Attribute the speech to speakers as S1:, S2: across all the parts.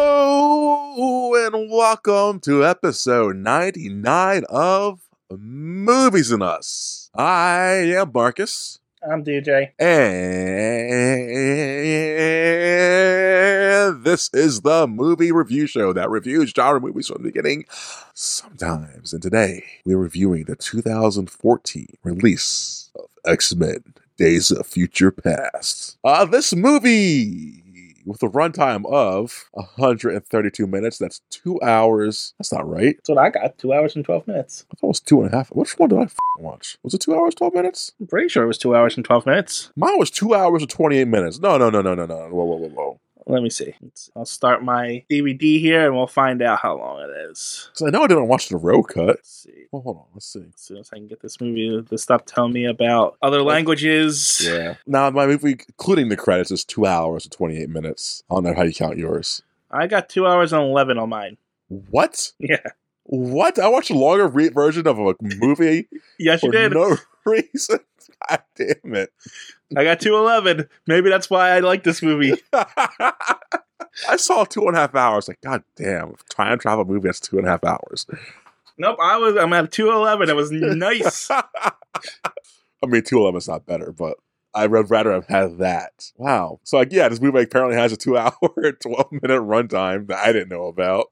S1: Hello and welcome to episode 99 of Movies and Us. I am Marcus
S2: I'm DJ.
S1: and this is the movie review show that reviews genre movies from the beginning sometimes. And today we're reviewing the 2014 release of X-Men Days of Future Past. Uh, this movie with a runtime of 132 minutes. That's two hours. That's not right.
S2: That's what I got. Two hours and twelve minutes.
S1: I thought it was two and a half. Which one did I f- watch? Was it two hours, 12 minutes?
S2: I'm pretty sure it was two hours and twelve minutes.
S1: Mine was two hours and 28 minutes. No, no, no, no, no, no. Whoa, whoa, whoa, whoa.
S2: Let me see. It's- I'll start my DVD here, and we'll find out how long it is.
S1: So I know I didn't watch the road cut.
S2: Let's see.
S1: Well, hold on. Let's see.
S2: As soon as I can get this movie to stop telling me about other languages.
S1: Yeah. Now, my movie, including the credits, is two hours and 28 minutes. I don't know how you count yours.
S2: I got two hours and eleven on mine.
S1: What?
S2: Yeah.
S1: What? I watched a longer re- version of a movie
S2: Yes,
S1: for
S2: you did.
S1: no reason. God damn it.
S2: I got two eleven. Maybe that's why I like this movie.
S1: I saw two and a half hours. Like, god damn, if time travel movie that's two and a half hours.
S2: nope. I was. I'm at two eleven. It was nice.
S1: I mean, two of them is not better, but I would rather have had that. Wow. So, like, yeah, this movie apparently has a two hour, 12 minute runtime that I didn't know about.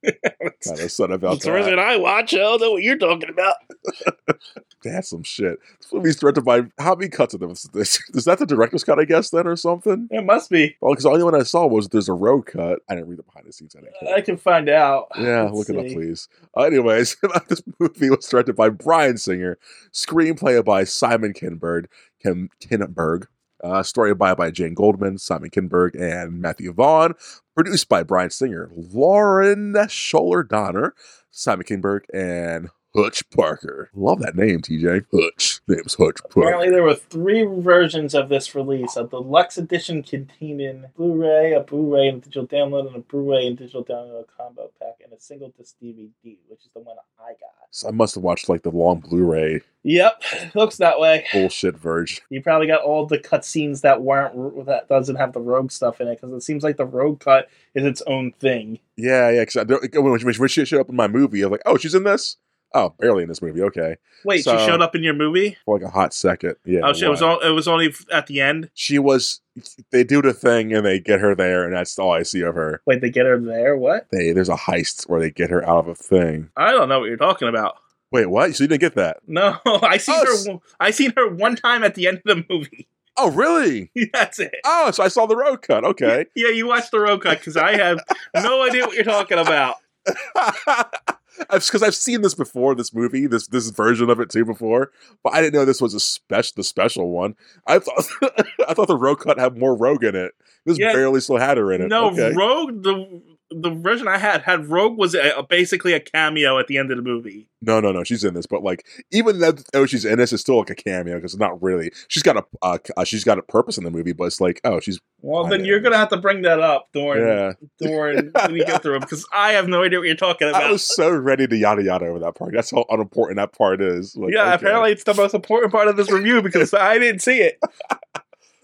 S1: Kind of son about
S2: It's worse
S1: that.
S2: than I watch. I don't know what you're talking about.
S1: That's some shit. This movie's directed by how many cuts of this? this? Is that the director's cut, I guess, then, or something?
S2: It must be.
S1: Well, because the only one I saw was there's a road cut. I didn't read the behind the scenes. I didn't care.
S2: I can find out.
S1: Yeah,
S2: Let's
S1: look it up,
S2: see.
S1: please. Uh, anyways, this movie was directed by Brian Singer, screenplay by Simon Kinberg, Kin- Kinberg, uh, story by by Jane Goldman, Simon Kinberg, and Matthew Vaughn. Produced by Brian Singer, Lauren Scholler Donner, Simon Kinberg, and Hutch Parker. Love that name, TJ. Hutch. Name's Hutch Parker.
S2: Apparently, there were three versions of this release: a deluxe edition containing Blu-ray, a Blu-ray and digital download, and a Blu-ray and digital download combo pack, and a single disc DVD, which is the one I got.
S1: So I must have watched like the long Blu-ray
S2: Yep, looks that way.
S1: bullshit version.
S2: You probably got all the cutscenes that weren't that doesn't have the rogue stuff in it because it seems like the rogue cut is its own thing.
S1: Yeah, yeah. Because when, when, when she showed up in my movie, I was like, oh, she's in this. Oh, barely in this movie. Okay.
S2: Wait,
S1: So-
S2: she showed up in your movie?
S1: for like a hot second. Yeah.
S2: oh, shit, it was
S1: why.
S2: all, it was only f- at the end.
S1: she was. They do the thing and they get her there, and that's all I see of her.
S2: Wait, they get her there? What?
S1: They there's a heist where they get her out of a thing.
S2: I don't know what you're talking about.
S1: Wait, what? So you didn't get that?
S2: No, I seen
S1: Oh, s-
S2: her. w- I seen her one time at the end of the movie.
S1: Oh, really?
S2: That's it.
S1: Oh, so I saw the road cut. Okay.
S2: Yeah, you watch the road cut because I have no idea what you're talking about.
S1: Because I've seen this before, this movie, this this version of it too before, but I didn't know this was a special, the special one. I thought I thought the road cut had more Rogue in it. This
S2: Yeah.
S1: barely still had her in it.
S2: No,
S1: okay.
S2: Rogue. The the version I had had Rogue was a, basically a cameo at the end of the movie.
S1: No, no, no. She's in this, but like even though, though she's in this, it's still like a cameo because it's not really. She's got a uh, uh, she's got a purpose in the movie, but it's like oh, she's
S2: Well,
S1: I
S2: then
S1: know.
S2: you're gonna have to bring that up during
S1: yeah.
S2: during when you get through because I have no idea what you're talking
S1: I
S2: about.
S1: was so ready to yada yada over that part. That's how unimportant that part is. Like,
S2: yeah,
S1: okay.
S2: apparently it's the most important part of this review because I didn't see it.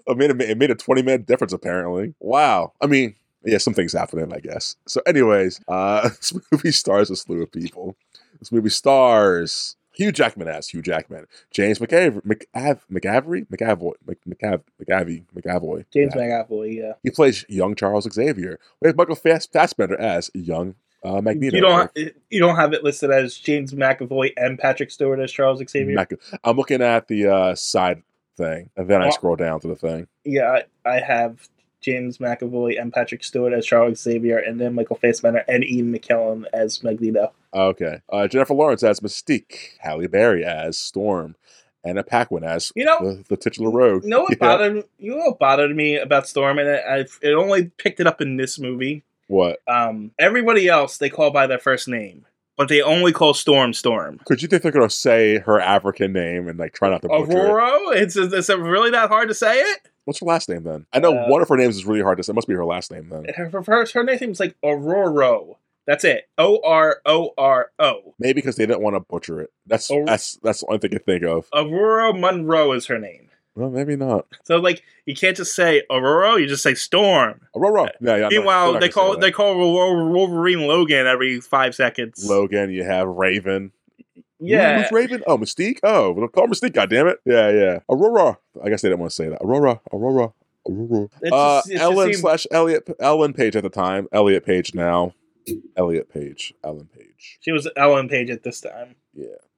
S1: it made a, it made a twenty minute difference. Apparently, wow. I mean, yeah, some things happening, I guess. So, anyways, uh, this movie stars a slew of people. This movie stars Hugh Jackman as Hugh Jackman, James McAv McAv McAvoy McAvoy Mc- McAv McAvy McAvoy
S2: James McAvoy. Yeah,
S1: He plays young Charles Xavier. We have Michael Fass- Fassbender as young uh, Magneto.
S2: you don't ha- you don't have it listed as James McAvoy and Patrick Stewart as Charles Xavier.
S1: Mac- I'm looking at the uh, side thing, and then I
S2: Oh.
S1: scroll down to the thing.
S2: Yeah, I, I have James McAvoy and Patrick Stewart as Charles Xavier, and then Michael Fassbender and Ian McKellen as Magneto.
S1: Okay. Uh, Jennifer Lawrence as Mystique. Halle Berry as Storm. Anna Paquin as
S2: You know-
S1: the, the titular rogue.
S2: You know what
S1: Yeah.
S2: bothered you know what bothered me about Storm, and it, I it only picked it up in this movie.
S1: What?
S2: Um, everybody else they call by their first name, but they only call Storm Storm.
S1: Could you think they're gonna say her African name and like try not to butcher it?
S2: Aurora? It's is it really that hard to say it?
S1: What's her last name then? I know
S2: Uh, eh
S1: one of her names is really hard to say. It must be her last name then.
S2: Her her, her name's like Aurora. That's it. O R O R O.
S1: Maybe because they didn't want to butcher it. That's
S2: Oh.
S1: that's that's the only thing I can think of.
S2: Aurora Monroe is her name.
S1: Well, maybe not.
S2: So like you can't just say Aurora, you just say Storm.
S1: Aurora. Yeah, yeah. I'm not- I'm
S2: Meanwhile,
S1: not
S2: they
S1: gonna say
S2: call
S1: that.
S2: they call Wol- Wolverine Logan every five seconds.
S1: Logan. You have Raven. Ooh,
S2: yeah,
S1: who's Raven? Oh, Mystique. Oh, well, call her Mystique. God damn it. Yeah, yeah. Aurora. I guess they didn't want to say that. Aurora. Aurora. Aurora.
S2: It's
S1: Uh,
S2: just- it's just
S1: Ellen
S2: seem-
S1: slash Elliot. Ellen Page at the time. Elliot Page now. Elliot Page. Ellen Page.
S2: she was Ellen Page at this time.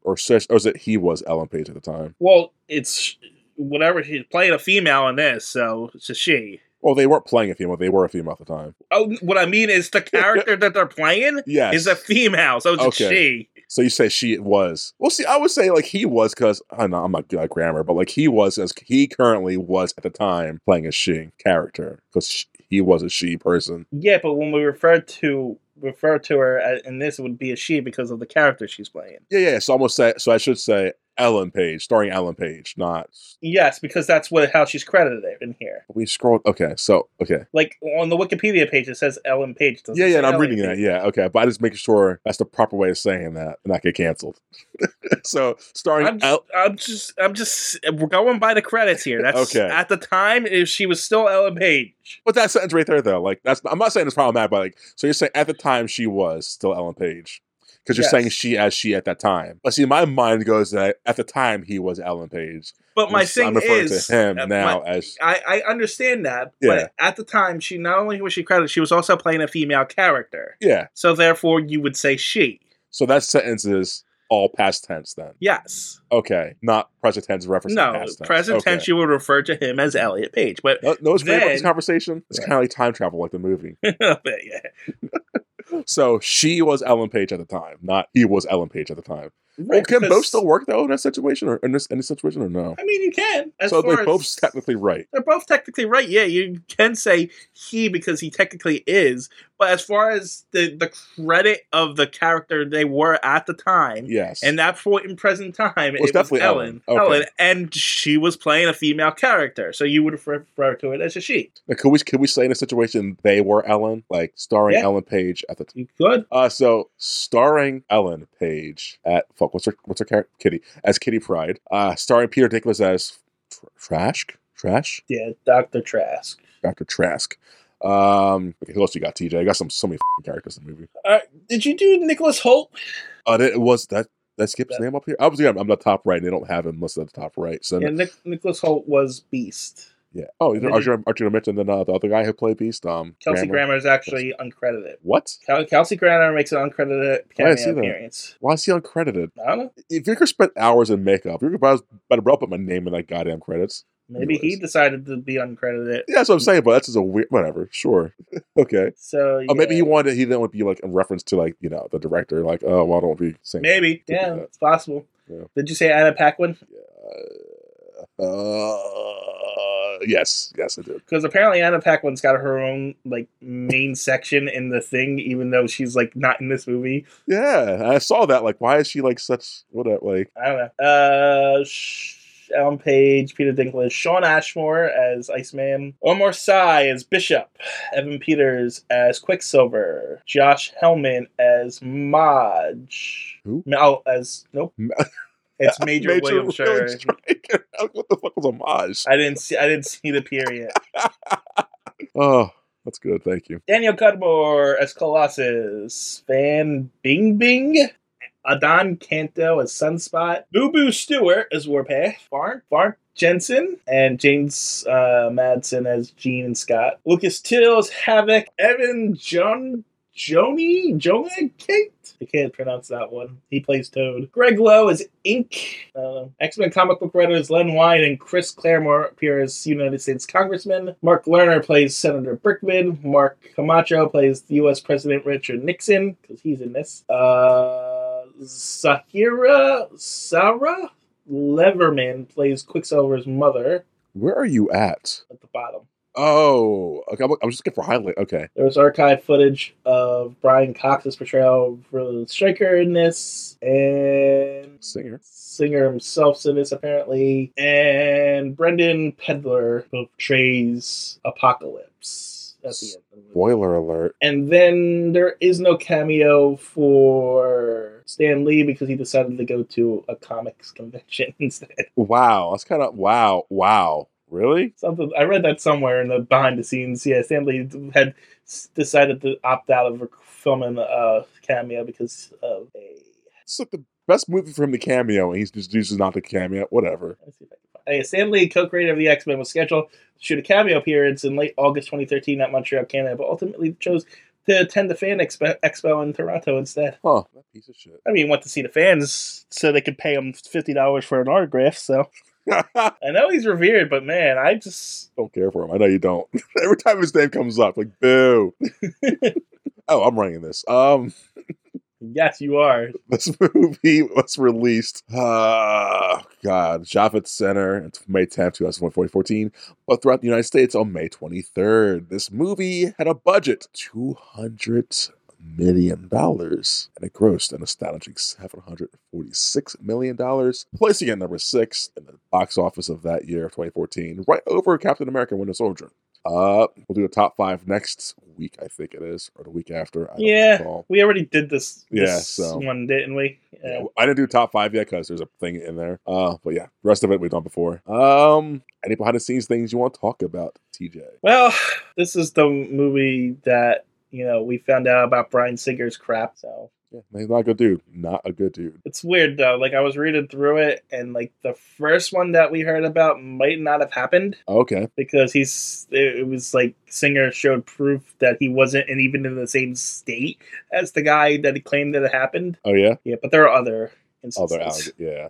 S1: Or slash. Or is it he was Ellen Page at the time?
S2: Well, it's whatever she's playing a female in this, so it's a she.
S1: Well, they weren't playing a female. They were a female at the time.
S2: Oh, what I mean is the character that they're playing
S1: Yes.
S2: is a female, so it's a
S1: Okay.
S2: she.
S1: so you say she was. Well, see, I would say like he was because I know I'm not good at grammar, but like he was as he currently was at the time playing a she character because he was a she person.
S2: Yeah, but when we refer to refer to her a- in this, it would be a she because of the character she's playing.
S1: Yeah, yeah. yeah. So I almost say so I should say Ellen Page, starring Ellen Page, not
S2: Yes, because that's what how she's credited in here.
S1: we scrolled okay, so okay.
S2: Like on the Wikipedia page, it says Ellen Page. It doesn't
S1: Yeah, yeah,
S2: say
S1: and I'm
S2: Ellen
S1: reading that.
S2: Page.
S1: Yeah, okay. But I just making sure that's the proper way of saying that and not get canceled. so starring
S2: I'm just,
S1: El-
S2: I'm just, I'm just, we're going by the credits here. That's
S1: Okay.
S2: At the time, if she was still Ellen Page,
S1: but that sentence right there though, like that's I'm not saying it's problematic, but like so you're saying at the time she was still Ellen Page. Because you're
S2: Yes.
S1: saying she as she at that time. But see, my mind goes that at the time he was Ellen Page.
S2: but my thing
S1: I'm referring
S2: is,
S1: to him
S2: uh,
S1: now
S2: my-
S1: as
S2: I, I understand that,
S1: Yeah.
S2: but at the time, she not only was she credited, she was also playing a female character.
S1: Yeah.
S2: So therefore, you would say she.
S1: So that sentence is all past tense then.
S2: Yes.
S1: Okay, not present tense reference.
S2: no, present tense. You would refer to him as Elliot Page, but
S1: No, no, it's weird about this
S2: Then-
S1: conversation. It's
S2: Right.
S1: kind of like time travel, like the movie.
S2: but yeah.
S1: So she was Ellen Page at the time, not he was Ellen Page at the time. Well,
S2: Right,
S1: can both
S2: because-
S1: still work though in that situation, or in this in this situation, or no?
S2: I mean, you can. As
S1: so
S2: far
S1: they're both
S2: as-
S1: technically right.
S2: they're both technically right. Yeah, you can say he because he technically is. But as far as the the credit of the character they were at the time,
S1: Yes,
S2: and that point in present time, it
S1: it's
S2: was
S1: definitely
S2: Ellen.
S1: Ellen.
S2: Ellen,
S1: Okay.
S2: and she was playing a female character, so you would refer, refer to it as a she.
S1: Now, could we could we say in a situation they were Ellen, like starring
S2: Yeah.
S1: Ellen Page at the time?
S2: You could.
S1: Uh, so starring Ellen Page at fuck, what's her what's her character? Kitty as Kitty Pride. Uh, starring Peter Dinklage as Tr- Trash, Trash.
S2: Yeah, Doctor Trask.
S1: Dr. Trask. Um, okay, who else you got, TJ? I got some so many f***ing characters in the movie.
S2: All right, did you do Nicholas Holt?
S1: Uh, that- it was that that skips
S2: That-
S1: name up here. I was yeah, I'm the top right. and They don't have him listed at the top right. So
S2: Yeah,
S1: yeah.
S2: Nic- Nicholas Holt was Beast.
S1: Oh, are you,
S2: Did
S1: are you gonna mention then uh, the other guy who played Beast? Um,
S2: Kelsey
S1: Grammer?
S2: Grammer is actually uncredited.
S1: What?
S2: Kel- Kelsey Grammer makes an uncredited
S1: Why is he
S2: cameo
S1: there?
S2: appearance.
S1: Why is he uncredited?
S2: I don't know.
S1: If you're gonna spend hours in makeup, you're gonna better better put my name in that goddamn credits.
S2: Maybe he
S1: Anyways.
S2: decided to be uncredited.
S1: Yeah, that's what I'm saying. But that's just a weird. Whatever. Sure. okay.
S2: So
S1: Or maybe
S2: yeah.
S1: he wanted he didn't want to be like in reference to like you know the director. Like oh, well, I don't be saying
S2: Maybe.
S1: Could be
S2: Yeah,
S1: that.
S2: it's possible.
S1: Yeah.
S2: Did you say Anna Paquin?
S1: Uh, yes, yes, I did.
S2: Because apparently Anna Paquin's got her own like main section in the thing, even though she's like not in this movie.
S1: Yeah, I saw that. Like, why is she like such? What? A, like,
S2: I don't know. Uh, Sh- Ellen Page, Peter Dinklage, Sean Ashmore as Iceman, Omar Sy as Bishop, Evan Peters as Quicksilver, Josh Hellman as Modge.
S1: Who?
S2: No, as nope.
S1: Ma-
S2: It's Major, William Sure.
S1: Williams Stryker. what the fuck was homage?
S2: I didn't see. I didn't see the period.
S1: Oh, that's good. Thank you.
S2: Daniel Cudmore as Colossus, Van Bing Bing, Adon Canto as Sunspot, Boo Boo Stewart as Warpath, Farn Farn Jensen, and James uh, Madsen as Gene and Scott, Lucas Till as Havoc, Evan John. Joni? Jonah Kate? I can't pronounce that one. He plays Toad. Greg Lowe is Ink. X Men Um, comic book writers Len Wein and Chris Claremore appear as United States Congressmen. Mark Lerner plays Senator Brickman. Mark Camacho plays U.S. President Richard Nixon, because he's in this. Uh, Zahira Sarah Leverman plays Quicksilver's mother
S1: Where are you at?
S2: at the bottom.
S1: Oh, okay. I'm, I'm just looking for highlight. Okay.
S2: There was archive footage of Brian Cox's portrayal of Roland Stryker in this, and
S1: Singer.
S2: Singer himself's in this apparently, and Brendan Pedler portrays Apocalypse at the end. Of the movie.
S1: Spoiler alert.
S2: And then there is no cameo for Stan Lee because he decided to go to a comics convention instead.
S1: Wow. That's kind of wow. Wow. Really?
S2: Something I read that somewhere in the behind the scenes. Yeah, Stan Lee had s- decided to opt out of rec- filming a cameo because of a.
S1: It's like the best movie for him to cameo, and he's just chooses not to cameo. Whatever.
S2: Let's see if I can find. Hey, Stan Lee, co-creator of the X Men, was scheduled to shoot a cameo appearance in late August 2013 at Montreal, Canada, but ultimately chose to attend the fan expo, expo in Toronto instead.
S1: Huh. That piece of shit.
S2: I mean, he went to see the fans so they could pay him fifty dollars for an autograph. So I know he's revered, but man, I just
S1: don't care for him. I know you don't. Every time his name comes up, like boo. oh, I'm running this. Um.
S2: yes, you are.
S1: this movie was released uh god javits center on may 10th 2014 but throughout the united states on may 23rd this movie had a budget 200 million dollars and it grossed an astonishing 746 million dollars placing it number six in the box office of that year of 2014 right over captain america winter soldier uh we'll do a top five next week i think it is or the week after I don't
S2: Yeah.
S1: recall.
S2: We already did this, this
S1: Yeah, so-
S2: one, didn't we?
S1: Yeah,
S2: Yeah.
S1: I didn't do top five yet because there's a thing in there. Uh, but yeah, the rest of it we've done before. Um, any behind the scenes things you want to talk about, TJ?
S2: Well, this is the movie that you know we found out about Brian Singer's crap. So
S1: Yeah, he's not a good dude. Not a good dude.
S2: It's weird though. Like I was reading through it, and like the first one that we heard about might not have happened
S1: Okay,
S2: because he's. It it was like Singer showed proof that he wasn't, and even in the same state as the guy that he claimed that it happened.
S1: oh yeah, Oh,
S2: Yeah, but there are other
S1: other
S2: instances.
S1: alleg- yeah,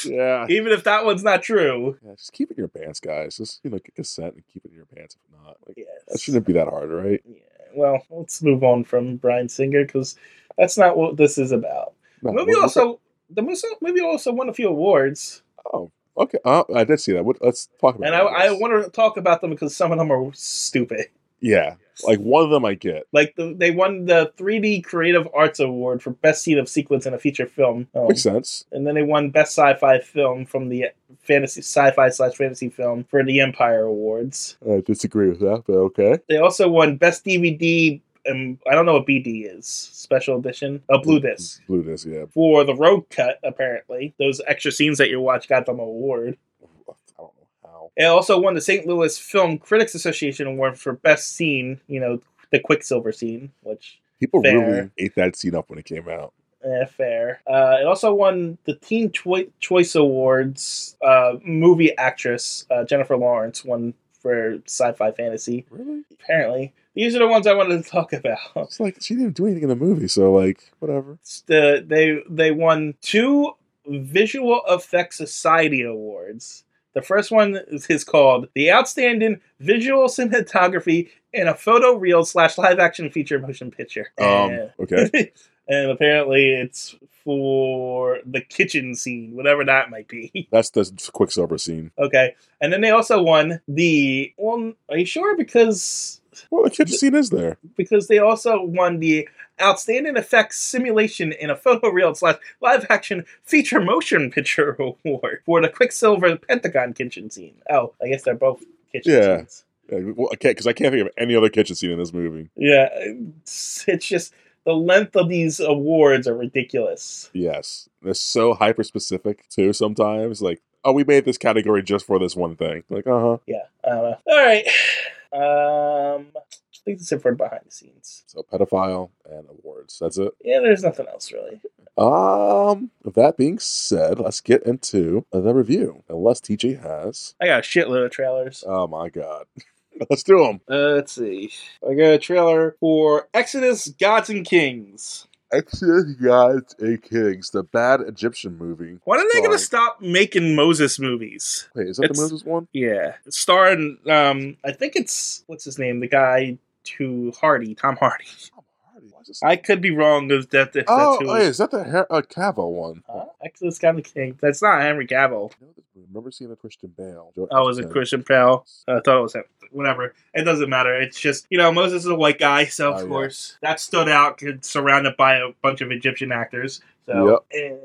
S2: So
S1: yeah.
S2: even if that one's not true,
S1: yeah. Just keep it in your pants, guys. Just you know, get consent and keep it in your pants. If not, like,
S2: yes.
S1: that shouldn't be that hard, right?
S2: Yeah. Well, let's move on from Brian Singer because that's not what this is about.
S1: No,
S2: movie
S1: what- what-
S2: also the movie movie also won a few awards.
S1: Oh, okay. Uh, I did see that. What, let's talk about.
S2: And I, I
S1: this.
S2: want to talk about them because some of them are stupid.
S1: Yeah, like one of them I get.
S2: Like the, they won the 3D Creative Arts Award for best scene of sequence in a feature film, Um,
S1: Makes sense.
S2: and then they won best sci-fi film from the fantasy sci-fi slash fantasy film for the Empire Awards.
S1: I disagree with that, but okay.
S2: They also won best DVD, and I don't know what BD is, special edition, a
S1: Mm-hmm.
S2: blue disc.
S1: Blue disc. Yeah.
S2: For the road cut, apparently those extra scenes that you watch got them an award.
S1: I don't know how.
S2: It also won the St. Louis Film Critics Association Award for Best Scene, you know, the Quicksilver scene, which,
S1: People
S2: Fair.
S1: really ate that scene up when it came out.
S2: eh, fair. Uh, it also won the Teen Choi- Choice Awards uh, movie actress, uh, Jennifer Lawrence, won for sci fi fantasy,
S1: Really?
S2: apparently. These are the ones I wanted to talk about.
S1: It's like she didn't do anything in the movie, so like whatever.
S2: It's the, they, they won two Visual Effects Society Awards. The first one is, is called The Outstanding Visual Cinematography in a Photo Reel slash Live Action Feature Motion Picture. Eh.
S1: Um. Okay.
S2: and apparently it's for the kitchen scene, whatever that might be.
S1: That's the Quicksilver scene.
S2: okay. And then they also won the well are you sure? Because
S1: Well, the kitchen scene is there.
S2: because they also won the Outstanding Effects Simulation in a Photoreal slash Live Action Feature Motion Picture Award for the Quicksilver Pentagon kitchen scene. Oh, I guess they're both kitchen
S1: Yeah.
S2: scenes.
S1: Yeah, well, I can't because I can't think of any other kitchen scene in this movie.
S2: Yeah. It's, it's just the length of these awards are ridiculous.
S1: Yes, they're so hyper specific too. Sometimes like, oh, we made this category just for this one thing. Like, uh huh.
S2: yeah, I don't know. All right. Um, I think that's it for behind the scenes.
S1: So pedophile and awards. That's it.
S2: Yeah, there's nothing else really.
S1: Um. With that being said, let's get into the review. Unless TJ has.
S2: I got a shitload of trailers.
S1: Oh my god. let's do them.
S2: Uh, let's see. I got a trailer for Exodus: Gods and Kings.
S1: Exodus Gods and Kings, the bad Egyptian movie.
S2: When are they
S1: Sorry.
S2: gonna stop making Moses movies?
S1: Wait, is that
S2: It's-
S1: the Moses one?
S2: Yeah, starring um, I think it's what's his name, the guy to Hardy, Tom Hardy.
S1: Why is this-
S2: I could be wrong if that if
S1: oh,
S2: that's who.
S1: wait, is that the Her- uh, Cavo one?
S2: Huh? Exodus: Gods and Kings. That's not Henry Cavill.
S1: I know this- I remember seeing the Christian Bale. Joe
S2: I was a
S1: Edgerton.
S2: Oh, Christian Bale. I thought it was him. Whatever. It doesn't matter. It's just, you know, Moses is a white guy, so
S1: Oh,
S2: of
S1: yeah.
S2: course that stood out, 'cause surrounded by a bunch of Egyptian actors. So, and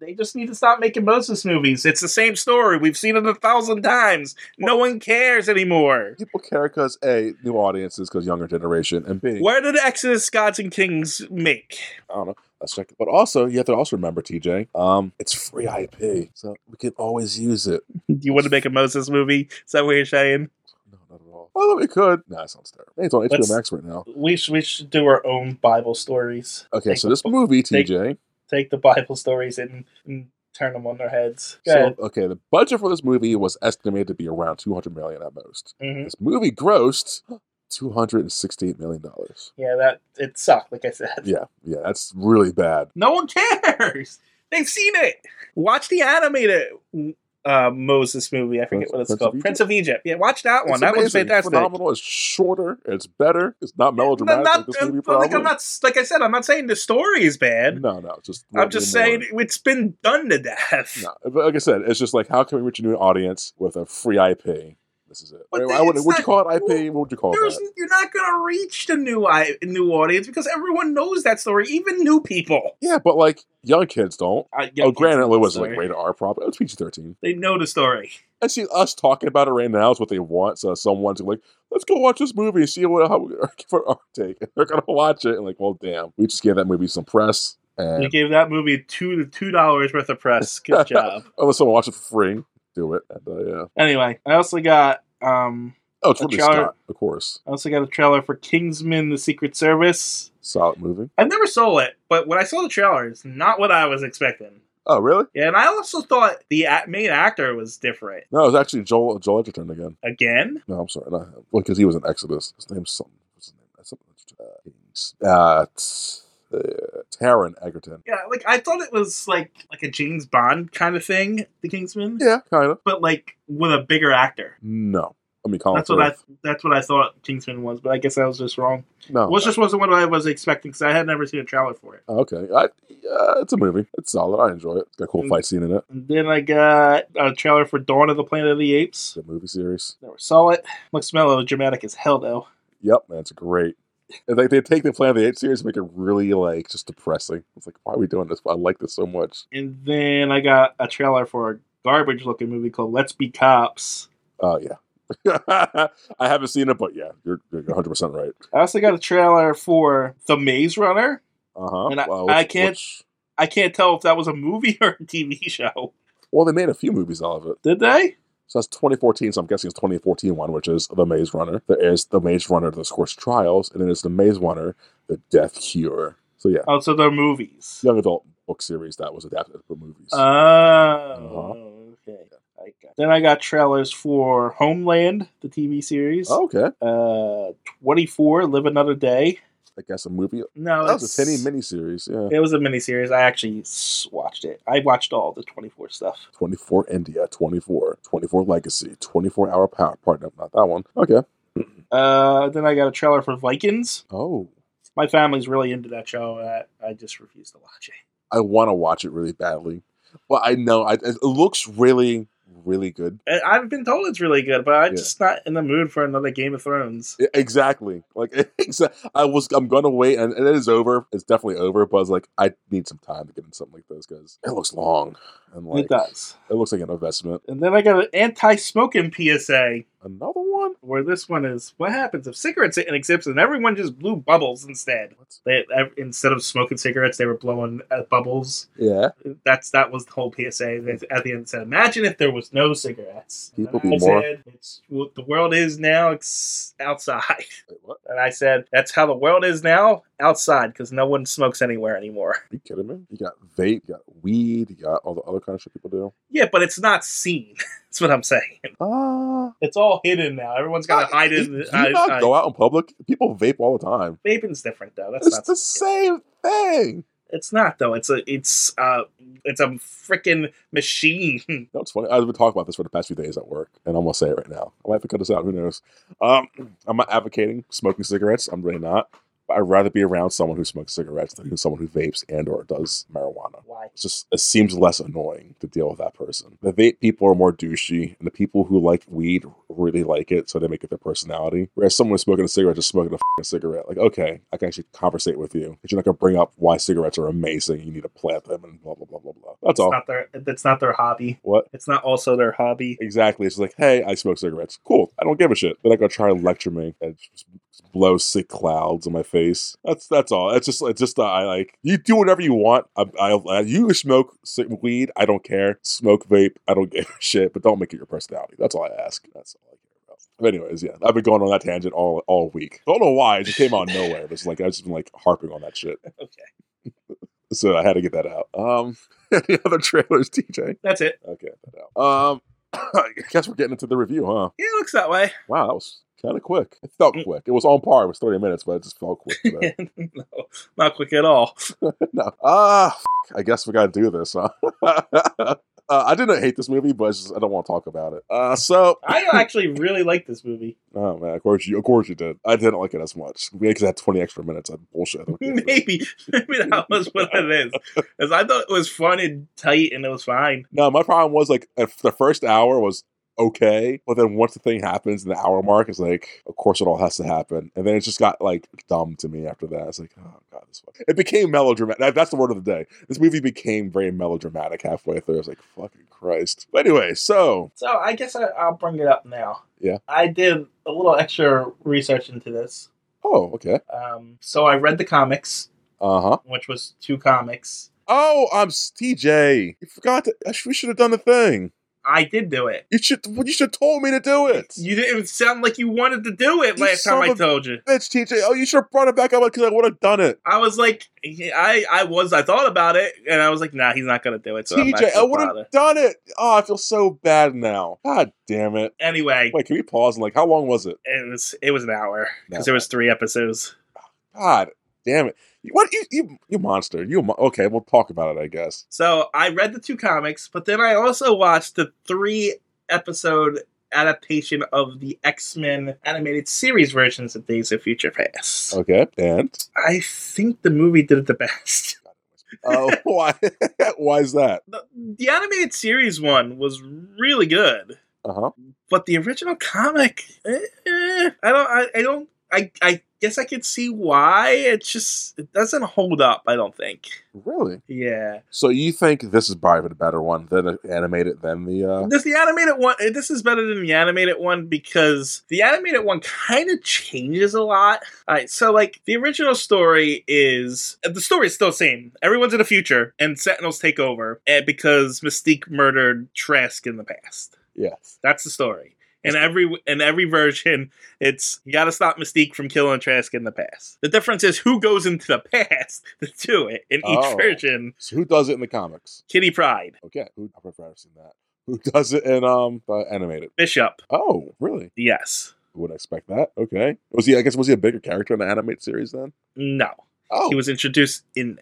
S2: They just need to stop making Moses movies. It's the same story. We've seen it a thousand times. No one cares anymore.
S1: People care because a new audiences because younger generation, and b
S2: Where did Exodus Gods and Kings make?
S1: I don't know. Let's check. But also, you have to also remember, TJ, um, it's free IP, so we can always use it.
S2: Do you want to make a Moses movie? Is that what you're saying?
S1: No, not at all. Although we could. Nah, it sounds terrible. It's on HBO
S2: Let's-
S1: Max right now.
S2: We should, we should do our own Bible stories.
S1: Okay,
S2: Take
S1: so
S2: the
S1: this movie, TJ.
S2: Take the Bible stories and, and turn them on their heads. Go
S1: So,
S2: ahead.
S1: okay, the budget for this movie was estimated to be around 200 million at most.
S2: Mhm.
S1: This movie grossed 268 million dollars.
S2: Yeah, that it sucked. Like I said,
S1: Yeah, yeah, that's really bad.
S2: no one cares. They've seen it. Watch the animated uh, Moses movie. I forget
S1: Prince-
S2: what it's
S1: Prince of
S2: called.
S1: Egypt?
S2: Prince of Egypt. Yeah, watch that one.
S1: It's
S2: that one's
S1: amazing,
S2: fantastic.
S1: Phenomenal. It's shorter. It's better. It's not melodramatic.
S2: I'm not,
S1: like this movie,
S2: I'm- like
S1: probably.
S2: I'm not s- like I said, I'm not saying the story is bad.
S1: No, no, it's just.
S2: I'm just
S1: more.
S2: saying it's been done to death.
S1: No, but like I said, it's just like how can we reach a new audience with a free IP? This is it.
S2: But
S1: I mean,
S2: then
S1: I would,
S2: it's
S1: would you
S2: not-
S1: call it IP? What would you call it?
S2: There's, you're not gonna reach the new I, new audience because everyone knows that story, even new people.
S1: Yeah, but like young kids don't.
S2: I,
S1: oh, granted, it was
S2: sorry.
S1: like rated R, probably. It was PG thirteen.
S2: They know the story.
S1: And see, us talking about it right now is what they want. So someone's like, "Let's go watch this movie, and see what how for our take." And they're gonna watch it and like, well, damn, we just gave that movie some press,
S2: We
S1: and
S2: gave that movie two two dollars worth of press. Good job.
S1: unless someone watches it for free, do it. And, uh, yeah.
S2: anyway, I also got um,
S1: Oh, it's Ridley
S2: trailer-
S1: Scott, of course.
S2: I also got a trailer for Kingsman: The Secret Service.
S1: Solid movie.
S2: I've never saw it, but when I saw the trailer, it's not what I was expecting.
S1: Oh, really?
S2: Yeah, and I also thought the a- main actor was different.
S1: No, it was actually Joel Joel Edgerton again.
S2: Again?
S1: No, I'm sorry. Not him. Well, because he was in Exodus. His name's something. What's his name? That's something. Uh, Kings. Uh, t- uh, Taron Egerton.
S2: Yeah, like I thought it was like like a James Bond kind of thing, The Kingsman,
S1: Yeah, kind of.
S2: but like with a bigger actor.
S1: No. I mean, Colin
S2: that's what I
S1: Firth.
S2: that's what I thought Kingsman was, but I guess I was just wrong.
S1: No.
S2: Well, it just wasn't what I was expecting because I had never seen a trailer for it.
S1: Oh, okay. I, yeah, it's a movie. It's solid. I enjoy it. It's got a cool
S2: Mm.
S1: fight scene in it.
S2: And then I got a trailer for Dawn of the Planet of the Apes.
S1: It's a movie series.
S2: Never saw it. Looks melodramatic as hell though.
S1: Yep, man, it's great. And like they take the Planet of the Apes series and make it really like just depressing. It's like, why are we doing this? I like this so much.
S2: And then I got a trailer for a garbage looking movie called Let's Be Cops.
S1: Oh yeah. I haven't seen it, but yeah, you're you're 100 percent right.
S2: I also got a trailer for The Maze Runner.
S1: Uh huh.
S2: And I- I can't- I can't tell if that was a movie or a TV show.
S1: Well, they made a few movies out of it.
S2: Did they?
S1: So that's 2014. So I'm guessing it's 2014 one, which is The Maze Runner. There is The Maze Runner: The Scorched Trials, and then it's The Maze Runner: The Death Cure. So yeah,
S2: Oh, so they're movies.
S1: young adult book series that was adapted for movies.
S2: Oh, okay. I got- Then I got trailers for Homeland, the TV series.
S1: Oh, okay,
S2: Uh, 24, Live Another Day.
S1: I guess a movie.
S2: No,
S1: That was a
S2: that's-
S1: tiny miniseries. Yeah,
S2: It was a miniseries. I actually s- watched it. I watched all the 24 stuff.
S1: 24 India, 24, 24 Legacy, 24 Hour Power Partner. Not that one. Okay.
S2: Uh, then I got a trailer for Vikings.
S1: Oh,
S2: My family's really into that show. and I, I just refuse to watch it.
S1: I want to watch it really badly, but I know I, it looks really, really good.
S2: I- I've been told it's really good, but I'm
S1: Yeah.
S2: just not in the mood for another Game of Thrones.
S1: Yeah, E, Exactly. Like exa- I was, I'm gonna wait, and, and it is over. It's definitely over. But I was like, I need some time to get in something like this because it looks long and like
S2: it does.
S1: it looks like an investment.
S2: And then I got an anti-smoking PSA,
S1: Another one.
S2: where this one is: What happens if cigarettes and exist and everyone just blew bubbles instead?
S1: What?
S2: They, ev- instead of smoking cigarettes, they were blowing uh, bubbles.
S1: Yeah,
S2: That's that was the whole PSA. They- At the end, it said, "Imagine if there was no cigarettes." And
S1: People be
S2: I
S1: more-
S2: said, it's what the world is now. It's outside.
S1: Wait, what?
S2: And I said, that's how the world is now outside because no one smokes anywhere anymore.
S1: Are you kidding me? You got vape, you got weed, you got all the other kind of shit people do.
S2: Yeah, but it's not seen. that's what I'm saying.
S1: Ah,
S2: It's all hidden now. Everyone's got to hide it.
S1: You, you
S2: I-
S1: not
S2: I-
S1: go out in public. People vape all the time.
S2: Vaping's different though. That's
S1: It's
S2: not.
S1: the same thing.
S2: It's not though. It's a. It's uh. It's a freaking machine.
S1: You know, it's funny. I've been talking about this for the past few days at work, and I'm gonna say it right now. I might have to cut this out. Who knows? Um, I'm not advocating smoking cigarettes. I'm really not. I'd rather be around someone who smokes cigarettes than someone who vapes and or does marijuana.
S2: Why?
S1: It's just it seems less annoying to deal with that person. The vape people are more douchey, and the people who like weed really like it, so they make it their personality. Whereas someone smoking a cigarette just smoking a fing cigarette, like okay, I can actually conversate with you, but you're not gonna bring up why cigarettes are amazing. You need to plant them and blah blah blah blah blah. That's
S2: It's
S1: all.
S2: not their. That's not their hobby.
S1: What?
S2: It's not also their hobby.
S1: Exactly. It's like, hey, I smoke cigarettes. Cool. I don't give a shit. They're not gonna try and lecture me and just blow sick clouds on my face. That's that's all. It's just it's just uh, I like you do whatever you want. I, I, I you smoke ci- weed. I don't care. Smoke vape. I don't give a shit. But don't make it your personality. That's all I ask. That's all I care about. But anyways, yeah, I've been going on that tangent all all week. Don't know why. It just came out of nowhere. But it's like I've just been like harping on that shit.
S2: Okay,
S1: So I had to get that out. Um, any other trailers, TJ?
S2: that's it.
S1: Okay, that out. Um. I guess we're getting into the review, huh?
S2: Yeah, it looks that way.
S1: Wow, that was kind of quick. It felt
S2: Mm.
S1: quick. It was on par. It was 30 minutes, but it just felt quick. today.
S2: no, not quick at all.
S1: no. Ah, f- I guess we got to do this, huh? uh, I didn't hate this movie, but it's just, I don't want to talk about it. Uh, so,
S2: I actually really like this movie.
S1: oh man, of course you, of course you did. I didn't like it as much because I had 20 extra minutes. I bullshit.
S2: Maybe, maybe that was what it is. Because I thought it was fun and tight, and it was fine.
S1: No, my problem was like if the first hour was okay, but then once the thing happens in the hour mark, it's like, of course it all has to happen, and then it just got like dumb to me after that. It's like, oh god, this one. It became melodramatic. That- that's the word of the day. This movie became very melodramatic halfway through. I was like, fucking Christ. But anyway, so
S2: So I guess I, I'll bring it up now.
S1: Yeah.
S2: I did a little extra research into this.
S1: oh okay,
S2: Um, so I read the comics,
S1: uh huh.
S2: which was two comics.
S1: Oh, I'm s- TJ. You forgot. To, I sh- we should have done the thing.
S2: I did do it.
S1: You should. You should have told me to do it.
S2: You didn't sound like you wanted to do it
S1: You
S2: last time
S1: son
S2: I
S1: of-
S2: told you.
S1: Bitch, TJ. Oh, you should have brought it back up because I would have done it.
S2: I was like, I, I was, I thought about it, and I was like, nah, he's not gonna do it. So I'm not
S1: TJ, I
S2: gonna
S1: would
S2: bother.
S1: have done it. Oh, I feel so bad now. God damn it.
S2: Anyway,
S1: Wait, can we pause and like, how long was it?
S2: it was it was an hour
S1: No.
S2: because there was three episodes.
S1: God damn it. You- What you you, you monster? You mon- okay? We'll talk about it, I guess.
S2: So I read the two comics, but then I also watched the three episode adaptation of the X Men animated series versions of Days of Future Past.
S1: Okay, and
S2: I think the movie did it the best.
S1: oh, why why is that?
S2: The, the animated series one was really good,
S1: Uh huh.
S2: but the original comic, eh, eh, I don't, I, I don't, I, I guess I could see why. It just it doesn't hold up. I don't think.
S1: Really?
S2: Yeah,
S1: So you think this is probably the better one than the animated than the? uh
S2: This the animated one. eh, This is better than the animated one because the animated one kind of changes a lot. All right, so like the original story is eh, the story is still the same. Everyone's in the future, and Sentinels take over eh, because Mystique murdered Trask in the past.
S1: Yes.
S2: That's the story. In every in every version, it's you got to stop Mystique from killing Trask in the past. The difference is who goes into the past to do it in each
S1: Oh.
S2: version.
S1: So who does it in the comics?
S2: Kitty Pride,
S1: Okay, who I've never seen that. Who does it in um uh, animated?
S2: Bishop,
S1: Oh, really?
S2: yes,
S1: Would expect that. Okay. Was he? I guess was he a bigger character in the animated series then?
S2: no.
S1: Oh,
S2: He was introduced in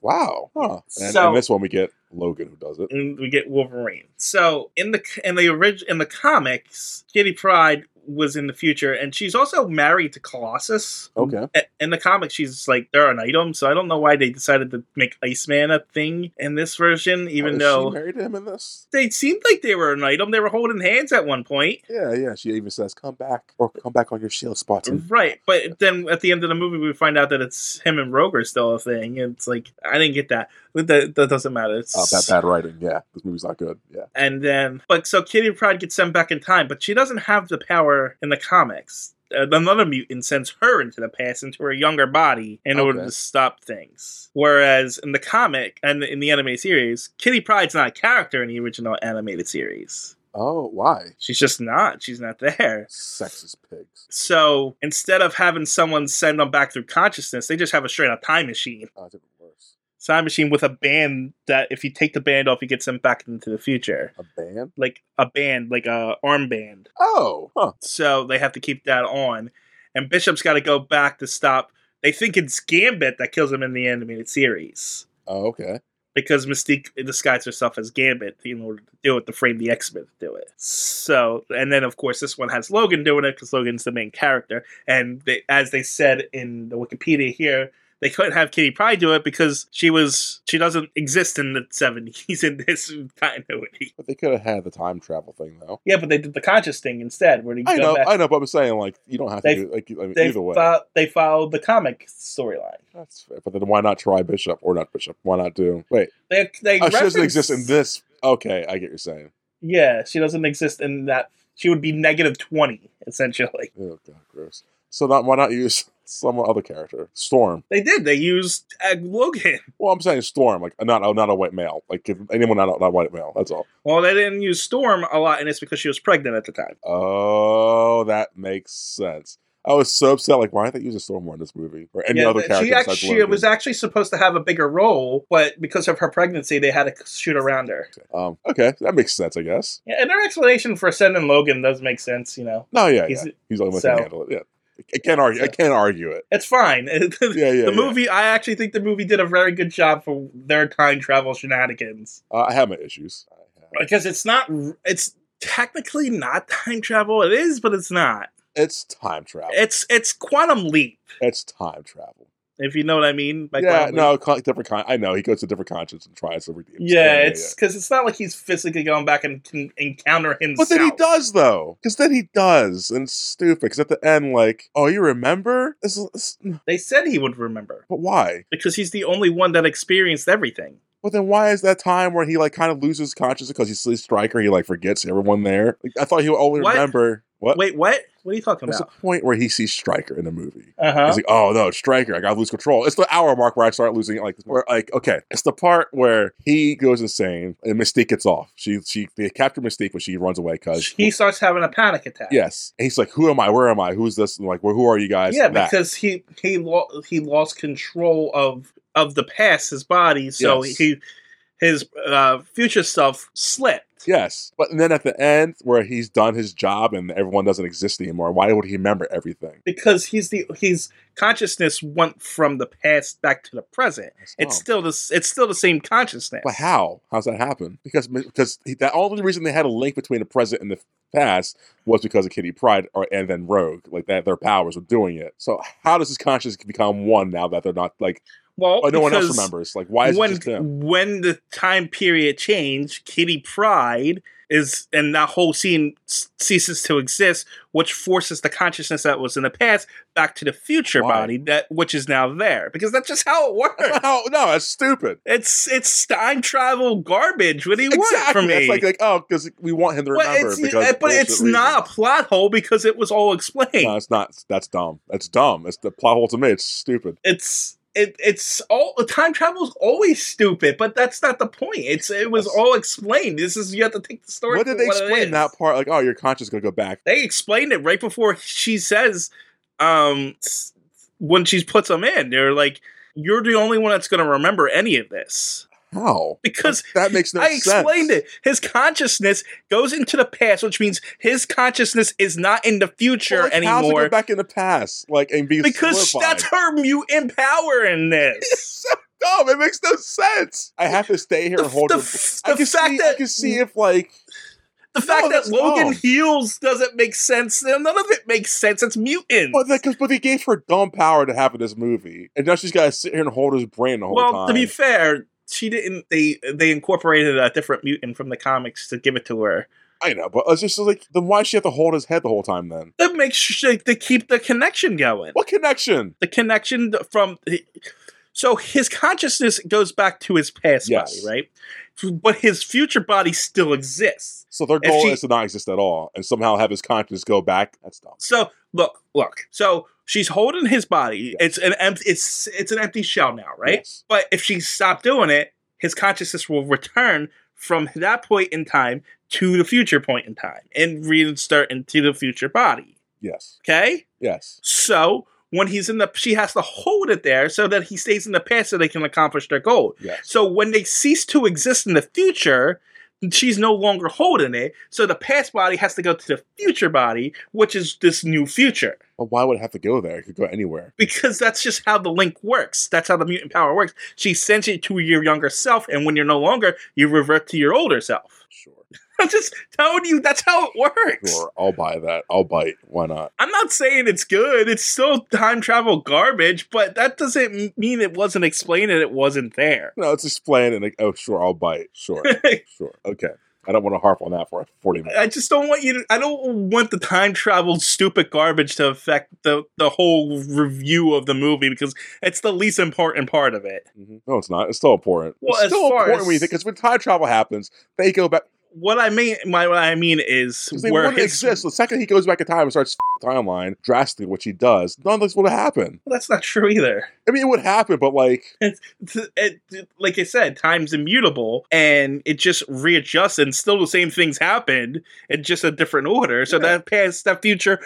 S1: wow. Huh. And,
S2: So-
S1: and this one we get Logan who does it.
S2: and we get Wolverine. So in the in the orig- in the comics, Kitty Pride was in the future, and she's also married to Colossus.
S1: Okay.
S2: A- In the comics, she's like they're an item, so I don't know why they decided to make Iceman a thing in this version, even
S1: Is
S2: though
S1: Oh, she married to him in this.
S2: they seemed like they were an item. They were holding hands at one point.
S1: Yeah, yeah. She even says, "Come back or come back on your shield spots." And
S2: Right, but then at the end of the movie, we find out that it's him and Rogue are still a thing. and It's like I didn't get that, but that, Oh, that doesn't matter. It's
S1: uh, bad, bad writing. Yeah, this movie's not good. Yeah.
S2: And then, but so Kitty Pride gets sent back in time, but she doesn't have the power in the comics. Uh, another mutant sends her into the past into her younger body in order
S1: Okay.
S2: to stop things. Whereas in the comic and in the anime series, Kitty Pride's not a character in the original animated series.
S1: Oh, why?
S2: She's just not. She's not there.
S1: Sexist pigs.
S2: So instead of having someone send them back through consciousness, they just have a straight up time machine.
S1: Oh, it's even worse.
S2: Time machine with a band that if you take the band off, you get sent back into the future.
S1: A band?
S2: Like a band, like a armband.
S1: Oh, huh.
S2: so they have to keep that on. And Bishop's got to go back to stop. They think it's Gambit that kills him in the animated series,
S1: Oh, okay.
S2: because Mystique disguised herself as Gambit in order to do it, to frame the X Men to do it. So, and then of course this one has Logan doing it because Logan's the main character. And they, as they said in the Wikipedia here, they couldn't have Kitty Pryde do it because she was she doesn't exist in the seventies in this continuity.
S1: But they could have had the time travel thing though.
S2: Yeah, but they did the conscious thing instead, where they
S1: I
S2: go
S1: know,
S2: back.
S1: I know, but I'm saying like you don't have to
S2: They-
S1: do like I mean,
S2: they
S1: either way.
S2: fo- they followed the comic storyline.
S1: That's fair. But then why not try Bishop or not Bishop? Why not do wait?
S2: They they
S1: Oh, she doesn't
S2: reference-
S1: exist in this. Okay, I get what you're saying.
S2: Yeah, she doesn't exist in that. She would be negative twenty essentially.
S1: Oh god, gross. So not why not use some other character? Storm.
S2: They did. They used uh, Logan.
S1: Well, I'm saying Storm, like not a not a white male. Like if anyone not a, not a white male. That's all.
S2: Well, they didn't use Storm a lot, and it's because she was pregnant at the time.
S1: Oh, that makes sense. I was so upset. Like, why didn't they use a Storm more in this movie or any
S2: Yeah,
S1: other
S2: that-
S1: character?
S2: She
S1: besides
S2: actually
S1: Logan?
S2: was actually supposed to have a bigger role, but because of her pregnancy, they had to shoot around her.
S1: Um, okay, that makes sense, I guess.
S2: Yeah, and her explanation for sending Logan does make sense. You know,
S1: No, yeah,
S2: He's-
S1: yeah. He's the only one who
S2: so-
S1: can handle it. Yeah, I can't argue. I
S2: So-
S1: can't argue it.
S2: it's fine.
S1: Yeah, yeah.
S2: the
S1: yeah.
S2: movie, I actually think the movie did a very good job for their time travel shenanigans
S1: Uh, I have my issues. I have-
S2: because it's not. It's technically not time travel. It is, but it's not.
S1: It's time travel.
S2: It's it's quantum leap.
S1: It's time travel.
S2: If you know what I mean. by
S1: yeah,
S2: quantum leap.
S1: no, con- different kind. I know he goes to different conscience and tries to redeem. himself.
S2: Yeah, it's because it's not like he's physically going back and can encounter
S1: But
S2: himself.
S1: then he does though, because then he does, and it's stupid. Because at the end, like, oh, you remember? This is, this-
S2: They said he would remember
S1: but why?
S2: because he's the only one that experienced everything.
S1: But then why is that time where he like kind of loses consciousness because he's a striker? He like forgets everyone there. Like, I thought he would only
S2: What?
S1: remember what.
S2: Wait, what? What are you talking
S1: There's a
S2: about?
S1: point where he sees Striker in the movie.
S2: Uh
S1: He's
S2: huh.
S1: like, oh no, Striker, I gotta lose control. It's the hour mark where I start losing it. Like, where, like, okay, it's the part where he goes insane and Mystique gets off. She, she, they capture Mystique, but she runs away because
S2: He starts having a panic attack.
S1: yes, and he's like, who am I? Where am I? Who's this? And like, well, who are you guys?
S2: Yeah,
S1: That.
S2: because he he lo- he lost control of of the past, his body, so
S1: Yes.
S2: he his uh, future self slipped.
S1: yes. But then at the end, where he's done his job and everyone doesn't exist anymore, why would he remember everything?
S2: Because he's the his consciousness went from the past back to the present.
S1: That's
S2: It's
S1: dumb.
S2: still the s- it's still the same consciousness.
S1: Oh. But how? How's that happen? Because because he, the only reason they had a link between the present and the past was because of Kitty Pride or and then Rogue, like that their powers were doing it. So how does his consciousness become one now that they're not like
S2: Well,
S1: oh, no one else
S2: because
S1: remembers? Like why is
S2: when
S1: it just him?
S2: when the time period changed, Kitty Pride is and that whole scene s- ceases to exist, which forces the consciousness that was in the past back to the future
S1: Why?
S2: body that which is now there because that's just how it works.
S1: No, no, that's stupid.
S2: it's it's time travel garbage. What do you want from me?
S1: It's like, like oh, because we want him to
S2: but
S1: remember.
S2: it's, eh,
S1: because
S2: but it's
S1: bullshit
S2: not a
S1: reasons.
S2: plot hole because it was all explained.
S1: No, it's not. That's dumb. That's dumb. It's the plot hole to me. It's stupid.
S2: it's it it's all time travel's always stupid, but that's not the point. It's it was
S1: Yes.
S2: all explained. This is you have to take the story.
S1: What
S2: for
S1: did they
S2: it
S1: explain
S2: is.
S1: that part? Like, oh, your conscience is gonna go back.
S2: They explained it right before she says, um, s- when she puts them in, they're like, "You're the only one that's going to remember any of this."
S1: How?
S2: Because
S1: That makes no
S2: I
S1: sense.
S2: explained it. His consciousness goes into the past, which means his consciousness is not in the
S1: Well,
S2: future
S1: like, How's it
S2: anymore.
S1: go back in the past? Like and be
S2: Because
S1: solidified?
S2: that's her mutant power in
S1: It's
S2: this.
S1: so dumb. It makes no sense. I have to stay here
S2: The,
S1: and hold
S2: the
S1: it.
S2: f-
S1: I
S2: the
S1: can
S2: fact
S1: see, I
S2: that
S1: can see if like
S2: The fact that
S1: that's
S2: Logan
S1: dumb.
S2: heals doesn't make sense. None of it makes sense. It's mutants.
S1: but because but they gave her dumb power to have in this movie, and now she's got to sit here and hold his brain the whole
S2: well,
S1: time.
S2: to be fair, she didn't. They they incorporated a different mutant from the comics to give it to her.
S1: I know, but it's just like then why does she have to hold his head the whole time then?
S2: That makes sure to keep the connection going.
S1: What connection?
S2: The connection from so his consciousness goes back to his past
S1: Yes.
S2: body, right? But his future body still exists.
S1: So their
S2: If
S1: goal
S2: she-
S1: is to not exist at all, and somehow have his conscience go back. That's dumb.
S2: So look, look. So she's holding his body.
S1: Yes.
S2: It's an empty. It's it's an empty shell now, right?
S1: Yes.
S2: But if she stopped doing it, his consciousness will return from that point in time to the future point in time and reinsert into the future body.
S1: Yes.
S2: Okay.
S1: Yes.
S2: So when he's in the, she has to hold it there so that he stays in the past so they can accomplish their goal.
S1: Yes.
S2: So when they cease to exist in the future. she's no longer holding it, so the past body has to go to the future body, which is this new future.
S1: But why would it have to go there? It could go anywhere.
S2: Because that's just how the link works. That's how the mutant power works. She sends it to your younger self, and when you're no longer, you revert to your older self.
S1: Sure.
S2: I'm just telling you, that's how it works.
S1: Sure. I'll buy that. I'll bite. Why not?
S2: I'm not saying it's good. It's still time travel garbage, but that doesn't m- mean it wasn't explained and it wasn't there.
S1: No, it's explained and like, oh, sure, I'll bite. Sure. sure. Okay. I don't want to harp on that for 40 minutes.
S2: I just don't want you to, I don't want the time travel stupid garbage to affect the, the whole review of the movie because it's the least important part of it.
S1: Mhm. No, it's not. It's still important.
S2: Eh. Well,
S1: it's
S2: as
S1: still
S2: far
S1: important
S2: as-
S1: when you think because when time travel happens, they go back
S2: What I mean, my what I mean is
S1: because they
S2: where
S1: wouldn't
S2: his,
S1: exist. The second he goes back in time and starts the timeline drastically, which he does, none of this would have happened.
S2: Well, that's not true either.
S1: I mean, it would happen, but like,
S2: Th- it- th- like I said, time's immutable and it just readjusts and still the same things happened in just a different order. So
S1: Yeah.
S2: that past, that future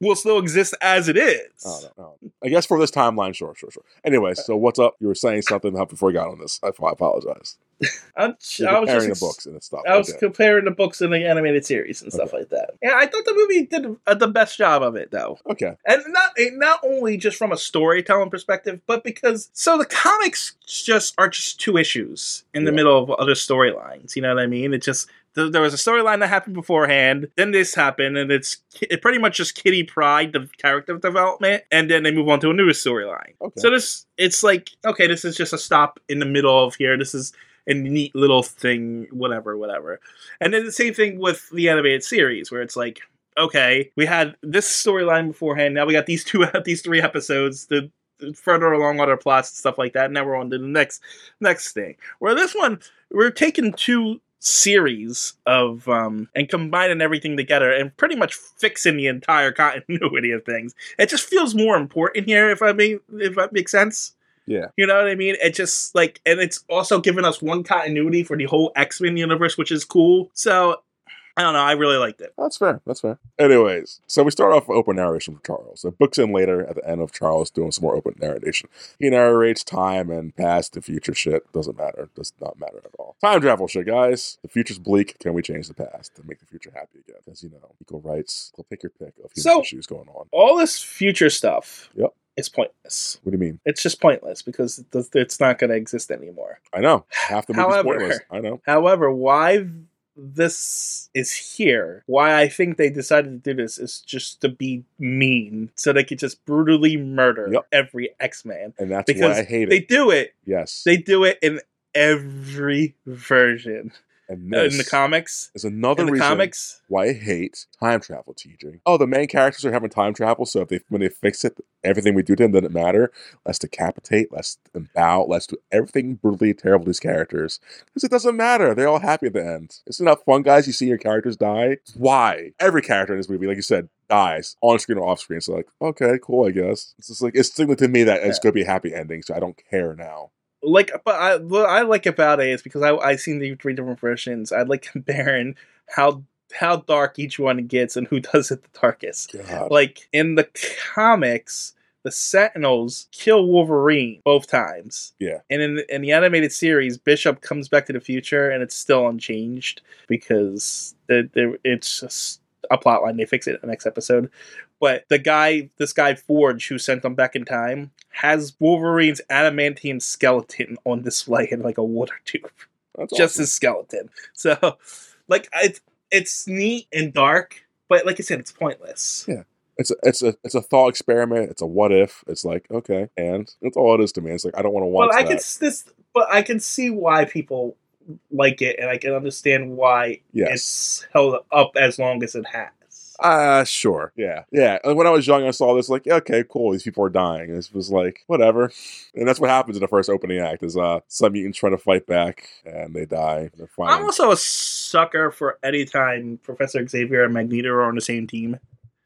S2: will still exist as it is.
S1: I don't know. I guess for this timeline, sure, sure, sure. Anyway,
S2: Eh.
S1: so what's up? You were saying something before I got on this. I, I apologize.
S2: I'm, ch-
S1: You're
S2: I was just
S1: comparing
S2: ex-
S1: the books and stuff.
S2: I was
S1: Okay.
S2: comparing the books and the animated series and stuff like that. Yeah, I thought the movie did uh, the best job of it though.
S1: okay.
S2: and not and not only just from a storytelling perspective, but because so the comics just are just two issues in the
S1: Yeah.
S2: middle of other storylines. You know what I mean? It just th- there was a storyline that happened beforehand, then this happened, and it's ki- it pretty much just Kitty Pride the character development, and then they move on to a new storyline.
S1: Okay.
S2: So this it's like okay, this is just a stop in the middle of here. This is a neat little thing, whatever, whatever. And then the same thing with the animated series, where it's like, okay, we had this storyline beforehand. Now we got these two, these three episodes to to further along other plots and stuff like that. And now we're on to the next, next thing. Where this one, we're taking two series of um and combining everything together and pretty much fixing the entire continuity of things. It just feels more important here, if I mean, if that makes sense.
S1: Yeah.
S2: You know what I mean? It just like, and it's also giving us one continuity for the whole X Men universe, which is cool. So I don't know. I really liked it.
S1: That's fair. That's fair. Anyways, so we start off with open narration from Charles. The book's in later at the end of Charles doing some more open narration. He narrates time and past and future shit. Doesn't matter. Does not matter at all. Time travel shit, guys. The future's bleak. Can we change the past and make the future happy again? Because, you know, equal rights. We'll pick your pick of human
S2: So-
S1: issues going on.
S2: All this future stuff
S1: Yep.
S2: is pointless.
S1: What do you mean?
S2: It's just pointless because it does, it's not going to exist anymore.
S1: I know. Half the movie's
S2: However-
S1: pointless. I know.
S2: However, why this is here, why I think they decided to do this is just to be mean so they could just brutally murder
S1: Yep.
S2: every X Man.
S1: And that's
S2: Because
S1: why I hate
S2: They
S1: it.
S2: do it.
S1: Yes.
S2: They do it in every version.
S1: and
S2: Uh,
S1: this
S2: in the comics.
S1: is another
S2: in the
S1: reason
S2: comics.
S1: why I hate time travel teaching. Oh, the main characters are having time travel, so if they when they fix it, everything we do to them doesn't matter. Let's decapitate, let's bow, let's do everything brutally terrible to these characters. Because it doesn't matter. They're all happy at the end. Isn't that fun, guys? You see your characters die. Why? Every character in this movie, like you said, dies on screen or off screen. So like, okay, cool, I guess. It's just like it's signaling to me that it's gonna be a happy ending, so I don't care now.
S2: Like, but I, what I like about it is because I I seen the three different versions. I like comparing how how dark each one gets and who does it the darkest.
S1: God.
S2: Like in the comics, the Sentinels kill Wolverine both times.
S1: Yeah.
S2: And in in the animated series, Bishop comes back to the future and it's still unchanged because it, it- it's just a plot line. They fix it in the next episode. But the guy, this guy Forge, who sent them back in time, has Wolverine's adamantium skeleton on display in like a water tube
S1: That's
S2: just
S1: awesome.
S2: his skeleton. So, like, it's it's neat and dark, but like I said, it's pointless.
S1: Yeah. it's a, it's a it's a thought experiment. It's a what if. It's like okay, and that's all it is to me. It's like I don't want to watch
S2: but I
S1: that.
S2: can s- this, but I can see why people like it, and I can understand why
S1: yes.
S2: it's held up as long as it has.
S1: Uh sure. Yeah. Yeah. Like when I was young, I saw this like, yeah, okay, cool, these people are dying. And This was like, whatever. And that's what happens in the first opening act is uh some mutants trying to fight back and they die. They're fine.
S2: I'm also a sucker for any time Professor Xavier and Magneto are on the same team.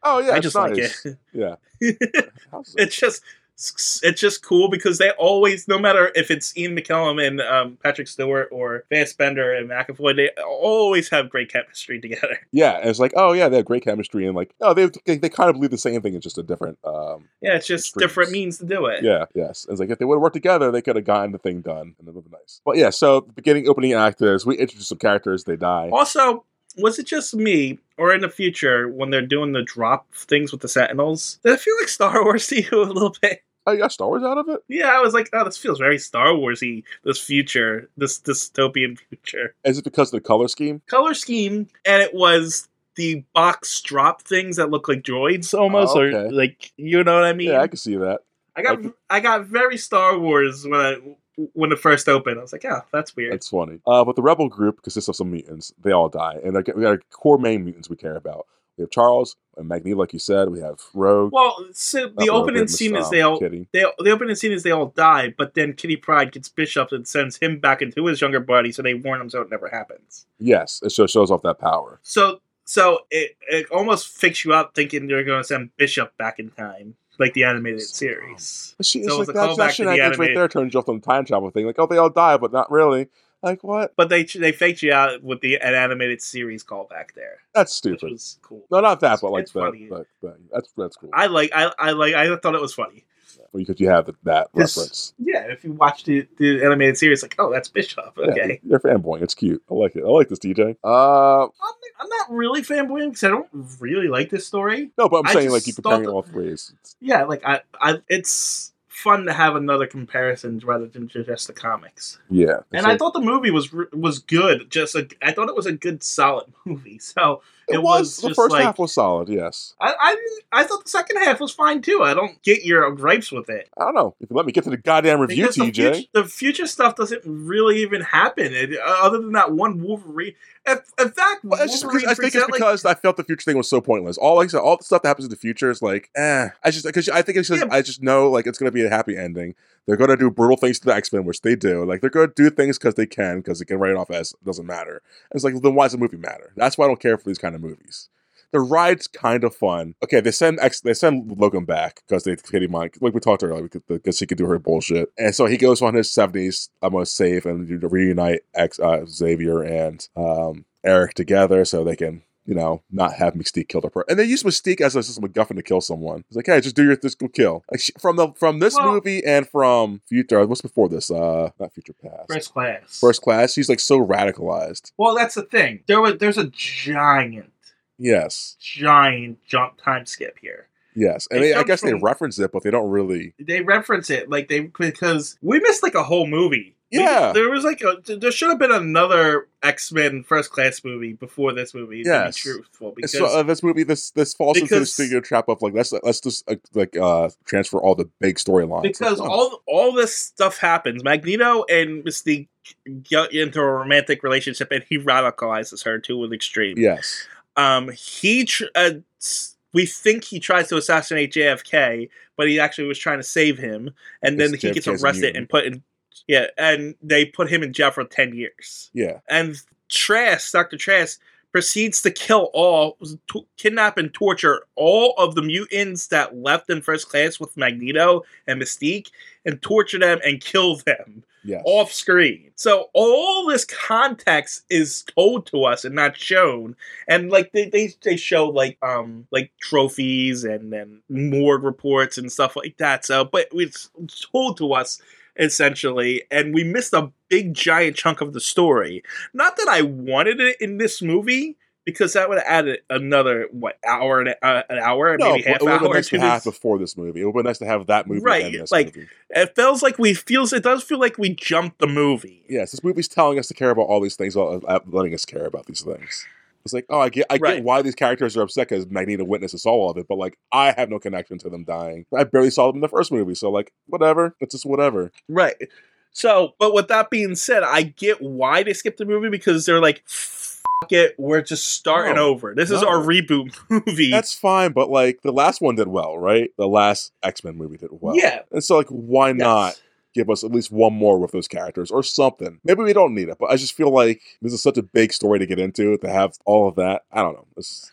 S1: oh yeah,
S2: I
S1: it's
S2: just
S1: nice.
S2: like it.
S1: Yeah. How's it-
S2: it's just It's it's just cool because they always, no matter if it's Ian McKellen and um, Patrick Stewart or Vance Bender and McAvoy, they always have great chemistry together.
S1: Yeah, and it's like, oh yeah, they have great chemistry, and like, oh, they they, they kind of believe the same thing. It's just a different. um
S2: Yeah, it's just
S1: Extremes.
S2: different means to do it.
S1: Yeah, yes. It's like if they would have worked together, they could have gotten the thing done, and it would have been nice. But yeah, so beginning opening act is we introduce some characters, they die.
S2: Also, was it just me, or in the future when they're doing the drop things with the Sentinels? Did it feel like Star Wars to you a little bit?
S1: Oh, you got Star Wars out of it?
S2: Yeah, I was like, oh, this feels very Star Warsy. This future, this dystopian future
S1: Is it because of the color scheme?
S2: color scheme, and it was the box drop things that look like droids almost,
S1: Oh, okay.
S2: or like you know what I mean.
S1: Yeah, I can see that.
S2: I got I got very Star Wars when I when it first opened. I was like, oh, that's weird.
S1: It's funny. Uh, but the rebel group consists of some mutants. They all die, and they're- we got our core main mutants we care about. We have Charles and Magneto, like you said. We have Rogue.
S2: well, so
S1: not
S2: the
S1: Rogue,
S2: opening
S1: Miss,
S2: scene is
S1: um,
S2: they all
S1: Kitty.
S2: they the opening scene is they all die, but then Kitty Pride gets Bishop and sends him back into his younger body, so they warn him so it never happens.
S1: Yes, it show, shows off that power.
S2: So so it it almost fakes you out thinking they're going to send Bishop back in time, like the animated series.
S1: But she,
S2: So
S1: it's
S2: it's
S1: like
S2: a
S1: that's
S2: callback
S1: that
S2: to
S1: shit
S2: the
S1: that right
S2: anime.
S1: there turns you off on the time travel thing. Like, oh, they all die, but not really. Like, what?
S2: But they they faked you out with the an animated series callback there,
S1: That's
S2: which
S1: stupid.
S2: was cool.
S1: No, not that, but like
S2: It's
S1: that.
S2: funny.
S1: But, but that's that's cool.
S2: I like I I like I thought it was funny.
S1: because you have that, that
S2: This-
S1: reference.
S2: Yeah, if you watch the, the animated series, like, oh, that's Bishop.
S1: Yeah,
S2: Okay.
S1: you're fanboying. It's cute. I like it. I like this DJ. Uh,
S2: I'm, I'm not really fanboying because I don't really like this story.
S1: no, but I'm
S2: I
S1: saying
S2: just
S1: like you
S2: thought
S1: comparing
S2: that-
S1: all three is
S2: Yeah, like I, I it's fun to have another comparison rather than ju- just the comics.
S1: yeah.
S2: And
S1: So
S2: I thought the movie was re- was good. Just a, I thought it was a good solid movie. So
S1: it
S2: it
S1: was
S2: was
S1: the
S2: just
S1: first
S2: like-
S1: half was solid. Yes.
S2: I, I didn't- I thought the second half was fine too. I don't get your gripes with it.
S1: I don't know if you let me get to the goddamn review,
S2: Because the
S1: TJ.
S2: future, the future stuff doesn't really even happen, it, other than that one Wolverine. If, in fact,
S1: Well, it's just because
S2: Wolverine
S1: I think it's
S2: freaks out, like-
S1: because I felt the future thing was so pointless. All like I said, all the stuff that happens in the future is like, eh. I just because I think it's just
S2: Yeah.
S1: I just know like it's gonna be a happy ending. They're gonna do brutal things to the X Men, which they do. Like they're gonna do things because they can, because they can write it off as it doesn't matter. And it's like, well, then why does the movie matter? That's why I don't care for these kind of movies. The ride's kind of fun. Okay, they send X, they send Logan back because they pity Mike, like we talked earlier, because he could do her bullshit. And so he goes on his seventies. I'm gonna save and re- reunite X uh, Xavier and um, Eric together so they can. You know, not have Mystique kill the person, and they use Mystique as a just a MacGuffin to kill someone. It's like, hey, just do your just go kill. Like she, from the from this
S2: Well-
S1: movie and from future. What's before this? Uh, not future past.
S2: first class.
S1: First class. She's like so radicalized.
S2: Well, that's the thing. There was there's a giant,
S1: Yes,
S2: giant jump time skip here.
S1: yes, and
S2: It
S1: they, I
S2: comes
S1: guess they
S2: from-
S1: reference it, but they don't really.
S2: They reference it like they because we missed like a whole movie. We-
S1: Yeah.
S2: there was like a there should have been another X Men First Class movie before this movie.
S1: Yes.
S2: To be truthful, because
S1: so uh, this movie this this falls into the
S2: because-
S1: studio trap of like let's let's just uh, like uh transfer all the big storylines Like,
S2: because
S1: no.
S2: all all this stuff happens. Magneto and Mystique get into a romantic relationship, and he radicalizes her to an extreme.
S1: yes
S2: Um, he tr- uh, s- we think he tries to assassinate JFK, but he actually was trying to save him, and then
S1: Because
S2: he gets
S1: JFK 's a
S2: arrested and
S1: mutant.
S2: put in yeah, and they put him in jail for ten years.
S1: yeah
S2: And Trask, Doctor Trask, proceeds to kill all, to- kidnap and torture all of the mutants that left in first class with Magneto and Mystique, and torture them and kill them
S1: yes
S2: off screen. So all this context is told to us and not shown. And like they they, they show like um like trophies and then morgue reports and stuff like that. So but it's told to us essentially and we missed a big giant chunk of the story. Not that I wanted it in this movie because that would have added another what hour and uh, an hour
S1: no
S2: maybe
S1: but
S2: half
S1: it would have
S2: hour
S1: been nice
S2: to
S1: to have
S2: this.
S1: before this movie it would have been nice to have that movie
S2: Right,
S1: and this
S2: like-
S1: movie
S2: It feels like we feels it does feel like we jumped the movie.
S1: yes this movie's telling us to care about all these things while uh, letting us care about these things it's like oh I get I get
S2: Right.
S1: why these characters are upset because Magneto witnesses all of it but like I have no connection to them dying I barely saw them in the first movie so like whatever it's just whatever
S2: Right. So, but with that being said, I get why they skipped the movie because they're like, F- it, we're just starting
S1: No.
S2: over. This is
S1: No.
S2: our reboot movie.
S1: that's fine but like the last one did well right the last X Men movie did well
S2: Yeah.
S1: And so, like, why not
S2: Yes.
S1: give us at least one more with those characters or something? Maybe we don't need it, but I just feel like this is such a big story to get into to have all of that. I don't know. It's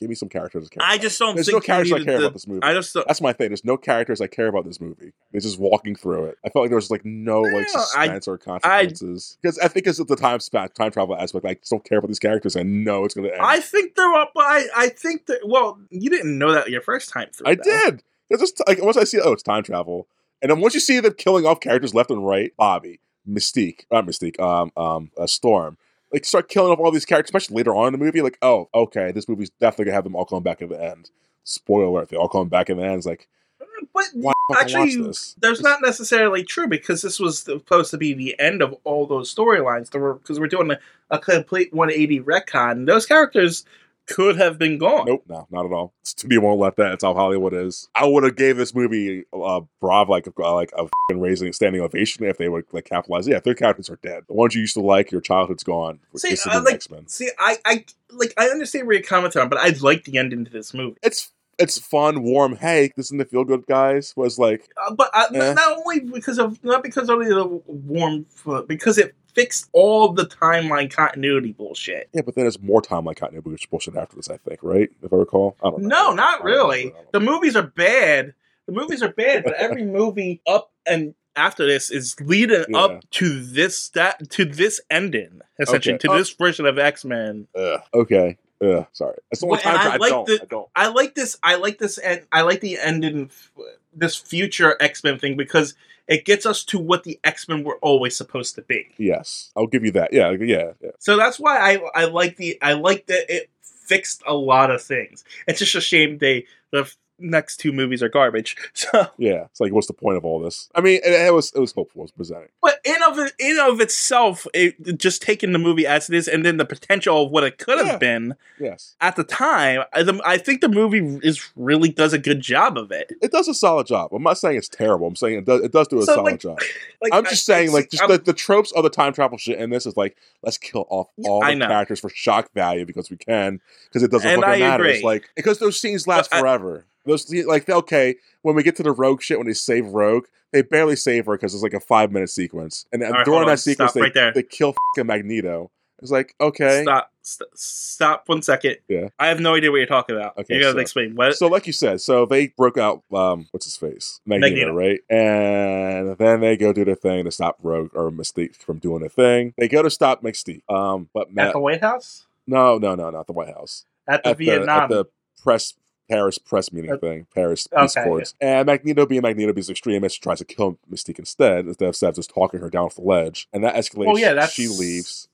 S1: Give me some characters. I, care
S2: I
S1: about.
S2: just don't
S1: there's
S2: think
S1: no characters
S2: you
S1: I
S2: needed
S1: care
S2: the-
S1: about this movie.
S2: I just don't.
S1: That's my thing. There's no characters I care about this movie. It's just walking through it. I felt like there was like no
S2: No, I-
S1: like suspense or consequences because I think it's the time span, time travel aspect. I just don't care about these characters. I know it's gonna end.
S2: I think they're up. I I think that. Well, you didn't know that your first time through.
S1: I
S2: though.
S1: did. It's just like once I see oh it's time travel, and then once you see them killing off characters left and right, Bobby, Mystique, not Mystique, um, um, uh, Storm. Like start killing off all these characters, especially later on in the movie. Like, oh, okay, this movie's definitely gonna have them all come back at the end. Spoiler alert: they all come back at the end. It's like,
S2: But
S1: why the fuck I watch
S2: Actually,
S1: this?
S2: there's not necessarily true because this was supposed to be the end of all those storylines. Because we're doing a, a complete 180 retcon. Those characters could have been gone.
S1: Nope, no, not at all. Studio won't let that. It's how Hollywood is. I would have gave this movie uh, Brav like uh, like a fing raising standing ovation if they would like capitalize. Yeah, their characters are dead. The ones you used to like, your childhood's gone.
S2: See,
S1: This is
S2: I
S1: the
S2: like-
S1: X-Men.
S2: See, I, I like I understand where you're commenting on, but I like the ending to this movie.
S1: It's it's fun, warm. Hey, this isn't the feel good guys. Was like
S2: Uh, but I,
S1: Eh.
S2: not, not only because of not because only the warm, foot, because it fixed all the timeline continuity bullshit.
S1: yeah, but then there's more time like continuity which is bullshit after this. I think right, if I recall. I don't know.
S2: No, not really. The movies are bad. The movies are bad, but every movie up and after this is leading
S1: Yeah.
S2: up to this that to this ending essentially
S1: Okay.
S2: to
S1: Oh.
S2: this version of X Men.
S1: Ugh, okay. Ugh, sorry. That's the only
S2: Well,
S1: time
S2: and I
S1: I,
S2: like
S1: don't.
S2: the-
S1: I don't.
S2: I like this. I like this, and I like the ending, this future X Men thing because it gets us to what the X Men were always supposed to be.
S1: Yes, I'll give you that. Yeah, yeah, yeah.
S2: So that's why I I like the I like that it fixed a lot of things. It's just a shame they the f- next two movies are garbage. So,
S1: Yeah, it's like, what's the point of all this? I mean, it, it was it was hopeful, it was presenting.
S2: but in of it- in of itself, it, just taking the movie as it is, and then the potential of what it could have
S1: Yeah.
S2: been
S1: Yes,
S2: at the time, I, the, I think the movie is really does a good job of it.
S1: it does a solid job. I'm not saying it's terrible. I'm saying it does it does do a
S2: So,
S1: solid
S2: like,
S1: job.
S2: Like,
S1: I'm just
S2: I-
S1: saying, like, just
S2: I'm-
S1: the, the tropes of the time travel shit in this is like, let's kill off
S2: Yeah,
S1: all
S2: I
S1: the
S2: know.
S1: characters for shock value because we can, because it doesn't
S2: And
S1: fucking
S2: I
S1: matter. It's
S2: agree.
S1: like because those scenes last
S2: But I-
S1: forever. Those scenes- like okay, when we get to the rogue shit, when they save Rogue, they barely save her because it's like a five minute sequence, and uh,
S2: All right,
S1: during
S2: hold on,
S1: that sequence,
S2: stop
S1: they,
S2: right there.
S1: they kill fucking Magneto. It's like okay,
S2: Stop! St- stop! One second.
S1: Yeah.
S2: I have no idea what you're talking about.
S1: Okay,
S2: you gotta
S1: so-
S2: explain what.
S1: so like you said, so they broke out um what's his face? Magneto,
S2: Magneto.
S1: right? And then they go do the thing to stop Rogue or Mystique from doing a thing. They go to stop Mystique. Um but
S2: at
S1: Matt
S2: the White House,
S1: No, no, no, not the White House.
S2: at the
S1: At the, at
S2: Vietnam.
S1: the press Paris press meeting
S2: At-
S1: thing, Paris peace
S2: Okay,
S1: accords. And Magneto being Magneto being an extremist tries to kill Mystique instead, instead of Sav just talking her down off the ledge. And that escalates.
S2: Well, yeah, that's-
S1: she leaves.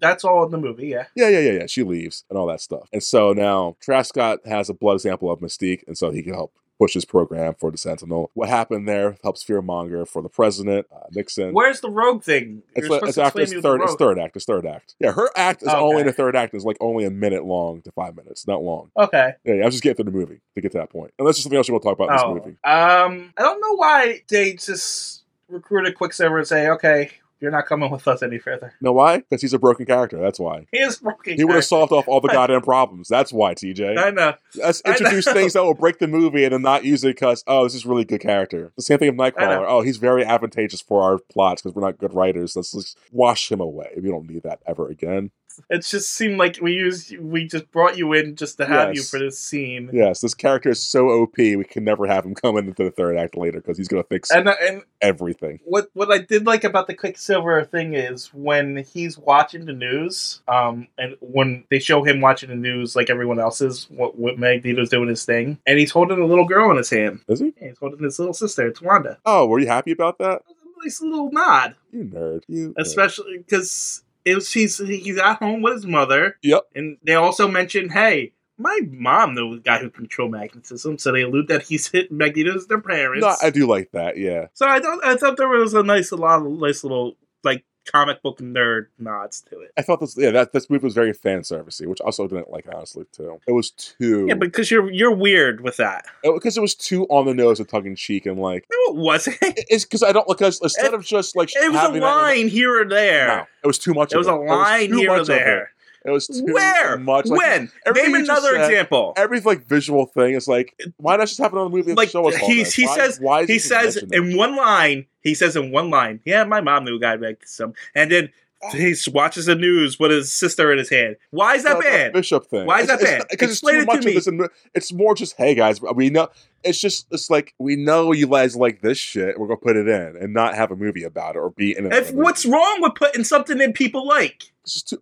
S2: That's all in the movie. Yeah.
S1: Yeah, yeah, yeah, yeah. She leaves and all that stuff. And so now Trascott has a blood sample of Mystique, and so he can help push his program for the Sentinel. What happened there helps Fearmonger for the president, uh, Nixon.
S2: Where's the rogue thing?
S1: it's, le-
S2: You're supposed
S1: it's
S2: to
S1: after
S2: explain
S1: his
S2: me
S1: third,
S2: the
S1: his
S2: rogue.
S1: third act, his third act. Yeah, her act is
S2: Okay.
S1: only in the third act is like only a minute long to five minutes, not long.
S2: Okay.
S1: Yeah, yeah, I was just getting through the movie to get to that point. Unless there's something else you want to talk about in
S2: Oh.
S1: this movie.
S2: Um. I don't know why they just recruited Quicksilver and say, "Okay, you're not coming with us any further."
S1: Know why? Because he's a broken character. That's why.
S2: He is broken.
S1: He would have
S2: character.
S1: solved off all the goddamn problems. That's why, TJ.
S2: I know.
S1: Let's
S2: I
S1: introduce
S2: know.
S1: things that will break the movie and then not use it because oh, this is really good character. The same thing with
S2: I
S1: Nightcrawler.
S2: know.
S1: Oh, he's very advantageous for our plots because we're not good writers. Let's just wash him away. We don't need that ever again.
S2: It just seemed like we used we just brought you in just to have you
S1: Yes.
S2: for this scene.
S1: Yes, this character is so OP. We can never have him come into the third act later because he's gonna fix
S2: And and
S1: everything.
S2: what what I did like about the Quicksilver thing is when he's watching the news, um, and when they show him watching the news like everyone else is, what, what Magneto's doing his thing, and he's holding a little girl in his hand.
S1: Is he?
S2: Yeah, he's holding his little sister. It's Wanda.
S1: Oh, were you happy about that?
S2: It was a nice little nod,
S1: You nerd. You nerd.
S2: especially because it was he's he's at home with his mother.
S1: Yep.
S2: And they also mentioned, hey. My mom, the guy who control magnetism, so they allude that he's hit Magneto's their parents.
S1: No, I do like that. Yeah.
S2: So I thought I thought there was a nice a lot of nice little like comic book nerd nods to it.
S1: I thought this yeah, that this movie was very fan servicey, which I also didn't like honestly too. It was too
S2: Yeah, because you're you're weird with that.
S1: because it was too on the nose and tongue in cheek and like
S2: No, it wasn't. It
S1: It's because I don't because instead of just like
S2: was a
S1: having that-
S2: line here or there.
S1: No, it was too much.
S2: It was a
S1: of
S2: line
S1: too
S2: here
S1: much
S2: or
S1: of
S2: there.
S1: It, It was too
S2: Where?
S1: much. Like,
S2: when?
S1: everything
S2: Name
S1: you just
S2: another
S1: said-
S2: example.
S1: Every like visual thing is like, why not just have another movie? And
S2: Like,
S1: show us all
S2: he's-
S1: this?
S2: he
S1: Why-
S2: says-
S1: why is
S2: He
S1: this
S2: says
S1: mentioned?
S2: in one line. He says in one line. Yeah, my mom knew a guy like some, and then He watches the news with his sister in his hand. Why is that
S1: Not the
S2: bad?
S1: Bishop thing.
S2: Why is that bad?
S1: Because it's,
S2: Explain
S1: too
S2: it to
S1: much
S2: me.
S1: of this. and It's more just, hey guys, we know. It's just, it's like we know you guys like this shit. We're gonna put it in and not have a movie about it or be in.
S2: If, what's wrong with putting something in people like?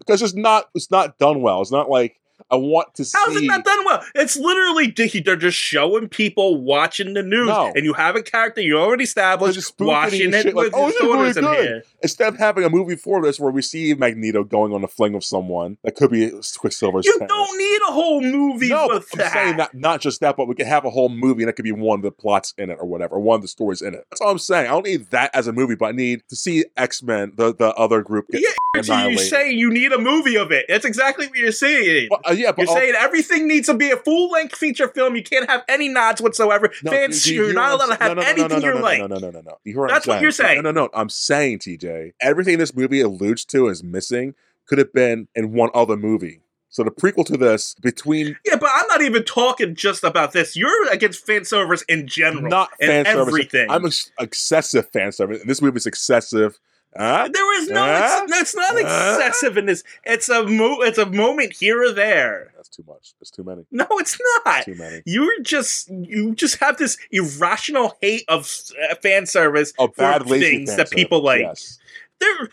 S1: because it's not, it's not done well. It's not like I want to see.
S2: How's it not done well? It's literally di- they're just showing people watching the news,
S1: No.
S2: and you have a character you already
S1: They're
S2: established
S1: just spoofing
S2: watching
S1: and
S2: it
S1: shit, like,
S2: with
S1: "Oh,
S2: his
S1: this is really
S2: daughters in
S1: good."
S2: here.
S1: Instead of having a movie for this where we see Magneto going on a fling with someone that could be Quicksilver's
S2: You
S1: parent.
S2: don't need a whole movie
S1: no,
S2: with
S1: but
S2: that.
S1: I'm saying not, not just that, but we could have a whole movie and it could be one of the plots in it or whatever, one of the stories in it. That's all I'm saying. I don't need that as a movie, but I need to see X Men, the, the other group, get
S2: Yeah, you're
S1: annihilated.
S2: saying you need a movie of it. That's exactly what you're saying.
S1: Well, uh, yeah, but
S2: You're
S1: all-
S2: saying everything needs to be a full length feature film. You can't have any nods whatsoever.
S1: no,
S2: Fans,
S1: do you
S2: you're
S1: hear
S2: not
S1: what I'm
S2: allowed to
S1: sa-
S2: have
S1: no, no, no,
S2: anything
S1: no, no,
S2: you're
S1: no,
S2: like.
S1: No, no, no, no, no. You hear what
S2: That's
S1: I'm
S2: what
S1: saying?
S2: you're saying.
S1: No, no, no. I'm saying, TJ, everything this movie alludes to is missing. Could have been in one other movie. So the prequel to this, between
S2: Yeah, but I'm not even talking just about this. You're against fan service in general.
S1: not
S2: and
S1: fan service.
S2: everything.
S1: I'm ex- excessive fan service. And this movie's excessive. Ah, Huh?
S2: Uh, there is no,
S1: Huh?
S2: it's, it's not
S1: Huh?
S2: excessive in this. It's a mo- it's a moment here or there.
S1: That's too much. That's too many.
S2: No, it's not.
S1: Too many.
S2: You're just you just have this irrational hate of uh, fan service.
S1: Oh, bad lazy
S2: things
S1: fan
S2: that
S1: service,
S2: people like.
S1: Yes.
S2: There,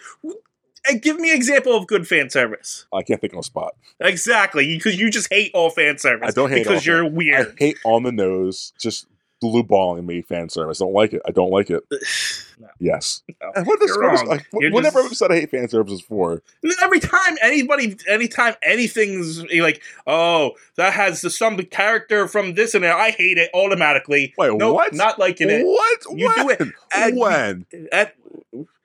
S2: uh, give me an example of good fan service.
S1: I can't think on the spot.
S2: Exactly, because you just hate all fan service.
S1: I don't hate all
S2: because you're
S1: I
S2: weird.
S1: hate on the nose, just blue balling me fan service. Don't like it. I don't like it.
S2: No.
S1: Yes.
S2: No,
S1: And what this
S2: you're
S1: service,
S2: wrong.
S1: like,
S2: You're
S1: wh- whenever
S2: just-
S1: I've said I hate fan services for,
S2: Every time anybody, anytime anything's you're like, oh, that has the- some character from this and that, I hate it automatically.
S1: Wait,
S2: Nope,
S1: what?
S2: Not liking it.
S1: What?
S2: You do
S1: when?
S2: it at-
S1: when?
S2: At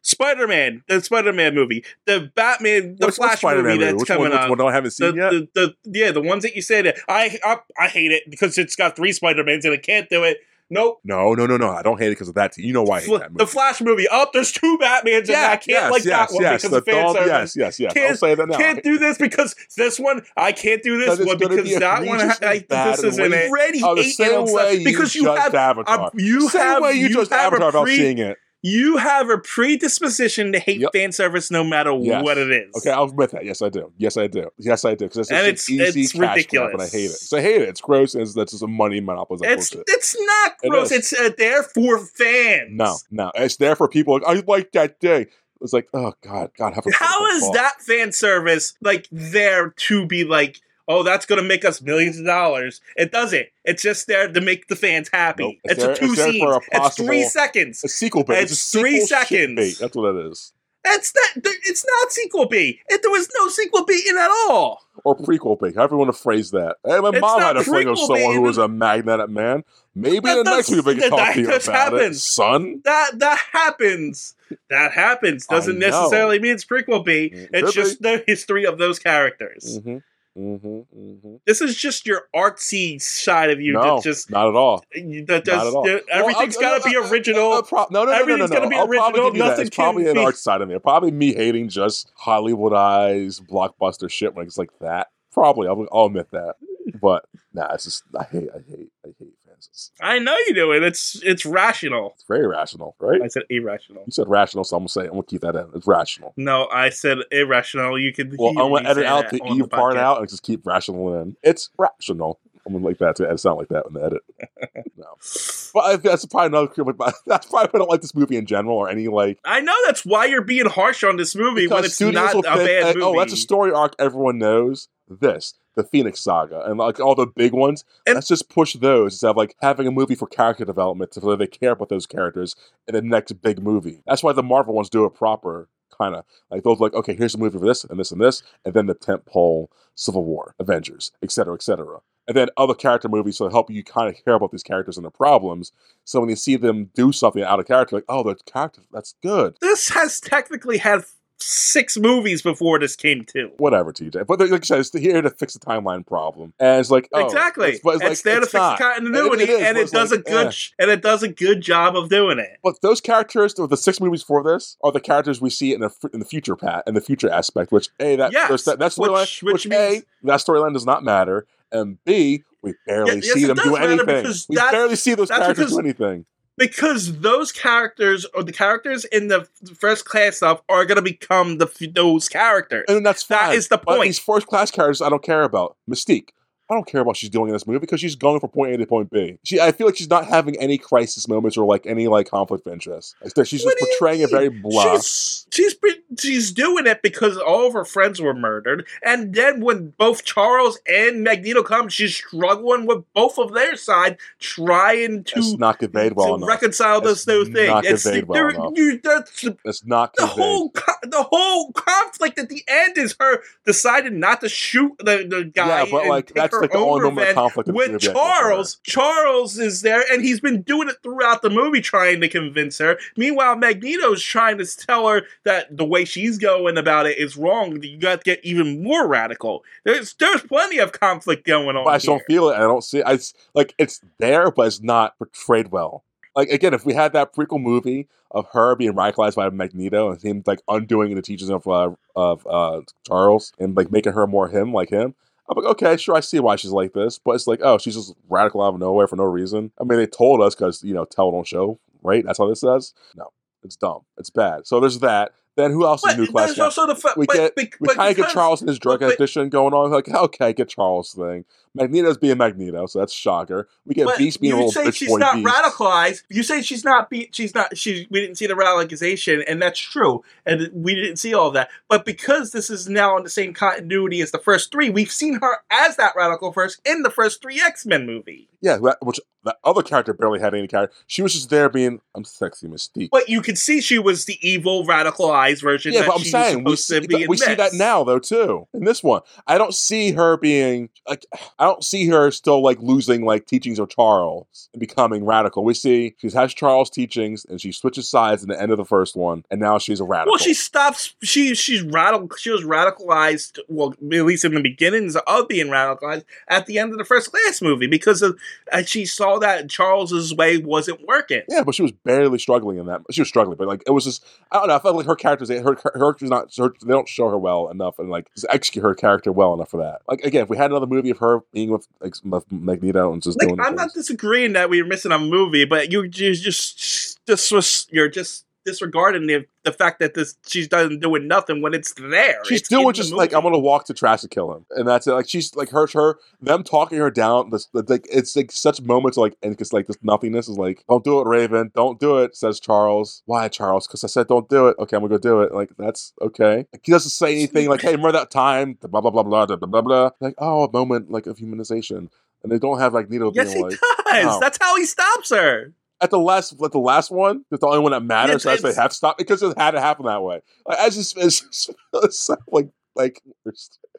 S2: Spider-Man, the Spider-Man movie, the Batman, the
S1: What's- what's
S2: Flash movie
S1: Spider-Man
S2: that's
S1: Which
S2: coming
S1: one,
S2: up.
S1: Which one I haven't
S2: the,
S1: seen yet?
S2: the, the yeah, the ones that you say that I, I I hate it because it's got three Spider-Mans and I can't do it. Nope.
S1: no, no, no, no. I don't hate it because of that. You know why I hate
S2: Fl-
S1: that movie.
S2: the Flash movie. Up, there's two Batmans and I can't like that one because
S1: the
S2: of fan
S1: thumb-
S2: service.
S1: Yes, yes, yes. I'll
S2: Can't-
S1: say that now.
S2: can't do this because this one I can't do
S1: Because
S2: this
S1: it's
S2: one
S1: gonna
S2: because
S1: be
S2: that one I,
S1: egregiously
S2: I,
S1: bad
S2: this
S1: in
S2: is
S1: the
S2: an
S1: way-
S2: already
S1: Oh, the
S2: eight year
S1: same way you
S2: because you
S1: judged
S2: have
S1: Avatar.
S2: a- you
S1: same
S2: have-
S1: way you,
S2: you
S1: judged
S2: have a
S1: Avatar without
S2: pre-
S1: seeing it.
S2: you have a predisposition to hate
S1: Yep.
S2: fan service no matter
S1: Yes.
S2: what it is.
S1: Okay, I'll admit that. Yes, I do. Yes, I do. Yes, I do. Because it's,
S2: And
S1: it's, an
S2: it's-
S1: easy
S2: it's
S1: cash ridiculous. Grab, and I
S2: ridiculous.
S1: hate it. 'Cause I hate it. It's gross. And it's, that's just a money monopoly. It's,
S2: It's
S1: bullshit.
S2: it's not
S1: It is.
S2: gross. it's uh, there for fans.
S1: no, no. It's there for people. Like, I like that day. It's like, oh god, God, have a
S2: How
S1: wonderful
S2: is
S1: fall.
S2: that fan service like there to be like, oh, that's gonna make us millions of dollars? It doesn't. It's just there to make the fans happy.
S1: Nope. It's
S2: It's,
S1: there-
S2: a two
S1: it's there
S2: scene.
S1: for a
S2: It's three
S1: possible-
S2: seconds.
S1: A sequel bait. It's,
S2: It's
S1: a
S2: three
S1: sequel shit
S2: seconds.
S1: Bait. That's what it is.
S2: That's not. th- It's not sequel B. It, there was no sequel B in at all.
S1: Or prequel bait. However you want to phrase that. Hey, my
S2: It's
S1: mom
S2: not
S1: had a fling of
S2: prequel
S1: someone
S2: bait.
S1: who was a magnetic man. Maybe
S2: That
S1: in the next
S2: does-
S1: week we can
S2: that-
S1: talk
S2: that
S1: to you about
S2: just
S1: it,
S2: happens.
S1: son.
S2: That that happens. That happens.
S1: I
S2: Doesn't
S1: know.
S2: necessarily mean it's prequel B.
S1: Mm,
S2: It's
S1: could be.
S2: just the history of those characters.
S1: Mm-hmm. Mm-hmm. hmm
S2: This is just your artsy side of you.
S1: no,
S2: That just
S1: not at all.
S2: that
S1: Not
S2: does
S1: at all.
S2: that- everything's
S1: Well, I'll-
S2: got to be
S1: I'll- I'll-
S2: original.
S1: I'll pro- no, no, no, no, no,
S2: Everything's
S1: no.
S2: gonna be
S1: I'll probably
S2: original.
S1: give you that.
S2: Nothing
S1: It's probably
S2: can
S1: an
S2: be-
S1: art side of me. Probably me hating just Hollywoodized blockbuster shit when it's like that. Probably, I'll, I'll admit that. But nah, it's just I hate, I hate, I hate fans. It's,
S2: I know you do it. It's it's rational.
S1: it's very rational, right?
S2: I said irrational.
S1: You said rational, so I'm gonna say I'm gonna keep that in. It's rational.
S2: No, I said irrational. You could.
S1: Well,
S2: hear
S1: I'm
S2: me
S1: gonna edit
S2: say
S1: out
S2: that
S1: the
S2: on
S1: E part
S2: podcast.
S1: out and just keep rational in. It's rational. I'm gonna like that. It's gonna sound like that in the edit. no, but I, that's probably another. critique, But that's probably why I don't like this movie in general or any like.
S2: I know that's why you're being harsh on this movie when it's not a
S1: will pick,
S2: bad
S1: like,
S2: movie.
S1: Oh, that's a story arc everyone knows. This, the Phoenix Saga, and like all the big ones.
S2: And-
S1: let's just push those instead of like having a movie for character development, so that they care about those characters in the next big movie. That's why the Marvel ones do it proper, kind of like those. Like, okay, here's a movie for this and this and this, and then the tentpole Civil War, Avengers, etc., etc. And then other character movies to help you kind of care about these characters and their problems. So when you see them do something out of character, like, oh, the character, that's good.
S2: This has technically had six movies before this came to.
S1: whatever, TJ. But like I said, it's here to fix the timeline problem, and it's like oh,
S2: exactly. It's,
S1: but like,
S2: there to fix
S1: not.
S2: continuity,
S1: It- it is,
S2: and
S1: but
S2: it
S1: it's
S2: does
S1: like,
S2: a good
S1: eh.
S2: sh- and it does a good job of doing it.
S1: But those characters, the the six movies for this, are the characters we see in the fr- in the future, Pat, in the future aspect. Which a that
S2: Yes,
S1: there's that, that
S2: which-
S1: storyline, which,
S2: which means-
S1: a that storyline does not matter, and b we barely
S2: Yeah, yes,
S1: see
S2: it
S1: them
S2: does
S1: do
S2: matter
S1: anything.
S2: because
S1: We
S2: that-
S1: barely see those
S2: that's
S1: characters do
S2: because-
S1: anything.
S2: because those characters or the characters in the first class stuff are gonna become the f- those characters.
S1: And then that's fine.
S2: That is the
S1: But
S2: point.
S1: these first class characters, I don't care about. Mystique, I don't care about what she's doing in this movie because she's going from point A to point B. She, I feel like she's not having any crisis moments or like any like conflict of interest. Like, that she's
S2: What
S1: just
S2: do you
S1: portraying a very blah.
S2: She's she's been, she's doing it because all of her friends were murdered, and then when both Charles and Magneto come, she's struggling with both of their side, trying
S1: It's
S2: to,
S1: not conveyed well
S2: to
S1: enough.
S2: reconcile
S1: It's
S2: those two
S1: not
S2: things.
S1: conveyed well
S2: there-
S1: enough.
S2: you- that's the,
S1: it's not
S2: the
S1: conveyed.
S2: whole co- the whole conflict at the end is her deciding not to shoot the, the guy.
S1: yeah, but
S2: and
S1: like
S2: take
S1: that's
S2: her
S1: like the
S2: own
S1: only moment of
S2: revenge
S1: conflict in the
S2: with
S1: movie I feel for her.
S2: Charles. Charles is there, and he's been doing it throughout the movie, trying to convince her. Meanwhile, Magneto's trying to tell her that the way she's going about it is wrong. that You got to get even more radical. There's there's plenty of conflict going on.
S1: But I just don't
S2: here.
S1: feel it. and I don't see it. It's like it's there, but it's not portrayed well. Like again, if we had that prequel movie of her being radicalized by Magneto and him like undoing the teachings of uh, of uh, Charles and like making her more him like him, I'm like, okay, sure, I see why she's like this, but it's like, oh, she's just radical out of nowhere for no reason. I mean, they told us because you know, tell don't show, right? That's how this says. No, it's dumb. It's bad. So there's that. Then who else is new
S2: But
S1: class?
S2: there's also the fact
S1: We get-
S2: but,
S1: we kind of get
S2: because-
S1: Charles and his drug
S2: but- but-
S1: addiction going on. Like, okay, get Charles thing. Magneto's being Magneto, so that's shocker. We get
S2: But
S1: Beast being a
S2: you
S1: little
S2: say
S1: bitch
S2: she's
S1: boy
S2: not
S1: Beast.
S2: radicalized. You say she's not. Be- she's not. She. We didn't see the radicalization, and that's true. And we didn't see all that. But because this is now in the same continuity as the first three, we've seen her as that radical first in the first three X Men movie.
S1: Yeah, that, which that other character barely had any character. She was just there being, I'm sexy Mystique.
S2: But you could see she was the evil radicalized version.
S1: yeah,
S2: that
S1: but I'm
S2: she's
S1: saying we
S2: supposed
S1: see,
S2: to be
S1: that,
S2: in
S1: we see that
S2: this.
S1: now though too in this one. I don't see her being like I don't see her still like losing like teachings of Charles and becoming radical. We see she has Charles' teachings and she switches sides in the end of the first one, and now she's a radical.
S2: Well, she stops. She she's radical. She was radicalized. Well, at least in the beginnings of being radicalized at the end of the first class movie because of, and she saw that Charles's way wasn't working.
S1: Yeah, but she was barely struggling in that. She was struggling, but like it was just I don't know. I felt like her character's her her character's not her, they don't show her well enough and like just execute her character well enough for that. Like again, if we had another movie of her being with like with Magneto and just
S2: Like
S1: doing
S2: I'm not disagreeing that we were missing a movie, but you you just this was you're just disregarding the the fact that this she's done doing nothing when it's there.
S1: she's
S2: It's in
S1: doing
S2: the
S1: just like
S2: movie.
S1: I'm gonna walk to trash to kill him, and that's it. Like she's like her her them talking her down. This like it's like such moments like and because like this nothingness is like don't do it, Raven, don't do it. Says Charles. Why Charles? Because I said don't do it. Okay, I'm gonna go do it. Like that's okay. Like, he doesn't say anything like hey remember that time blah blah blah blah blah blah blah. Like oh a moment like of humanization. And they don't have like Nito being
S2: Yes, he
S1: like
S2: does.
S1: no.
S2: That's how he stops her.
S1: at the last, like the last one, it's the only one that matters.
S2: Yes,
S1: so I say
S2: it's-
S1: half stop because it had to happen that way. Like, I just, it's just it's so, like, like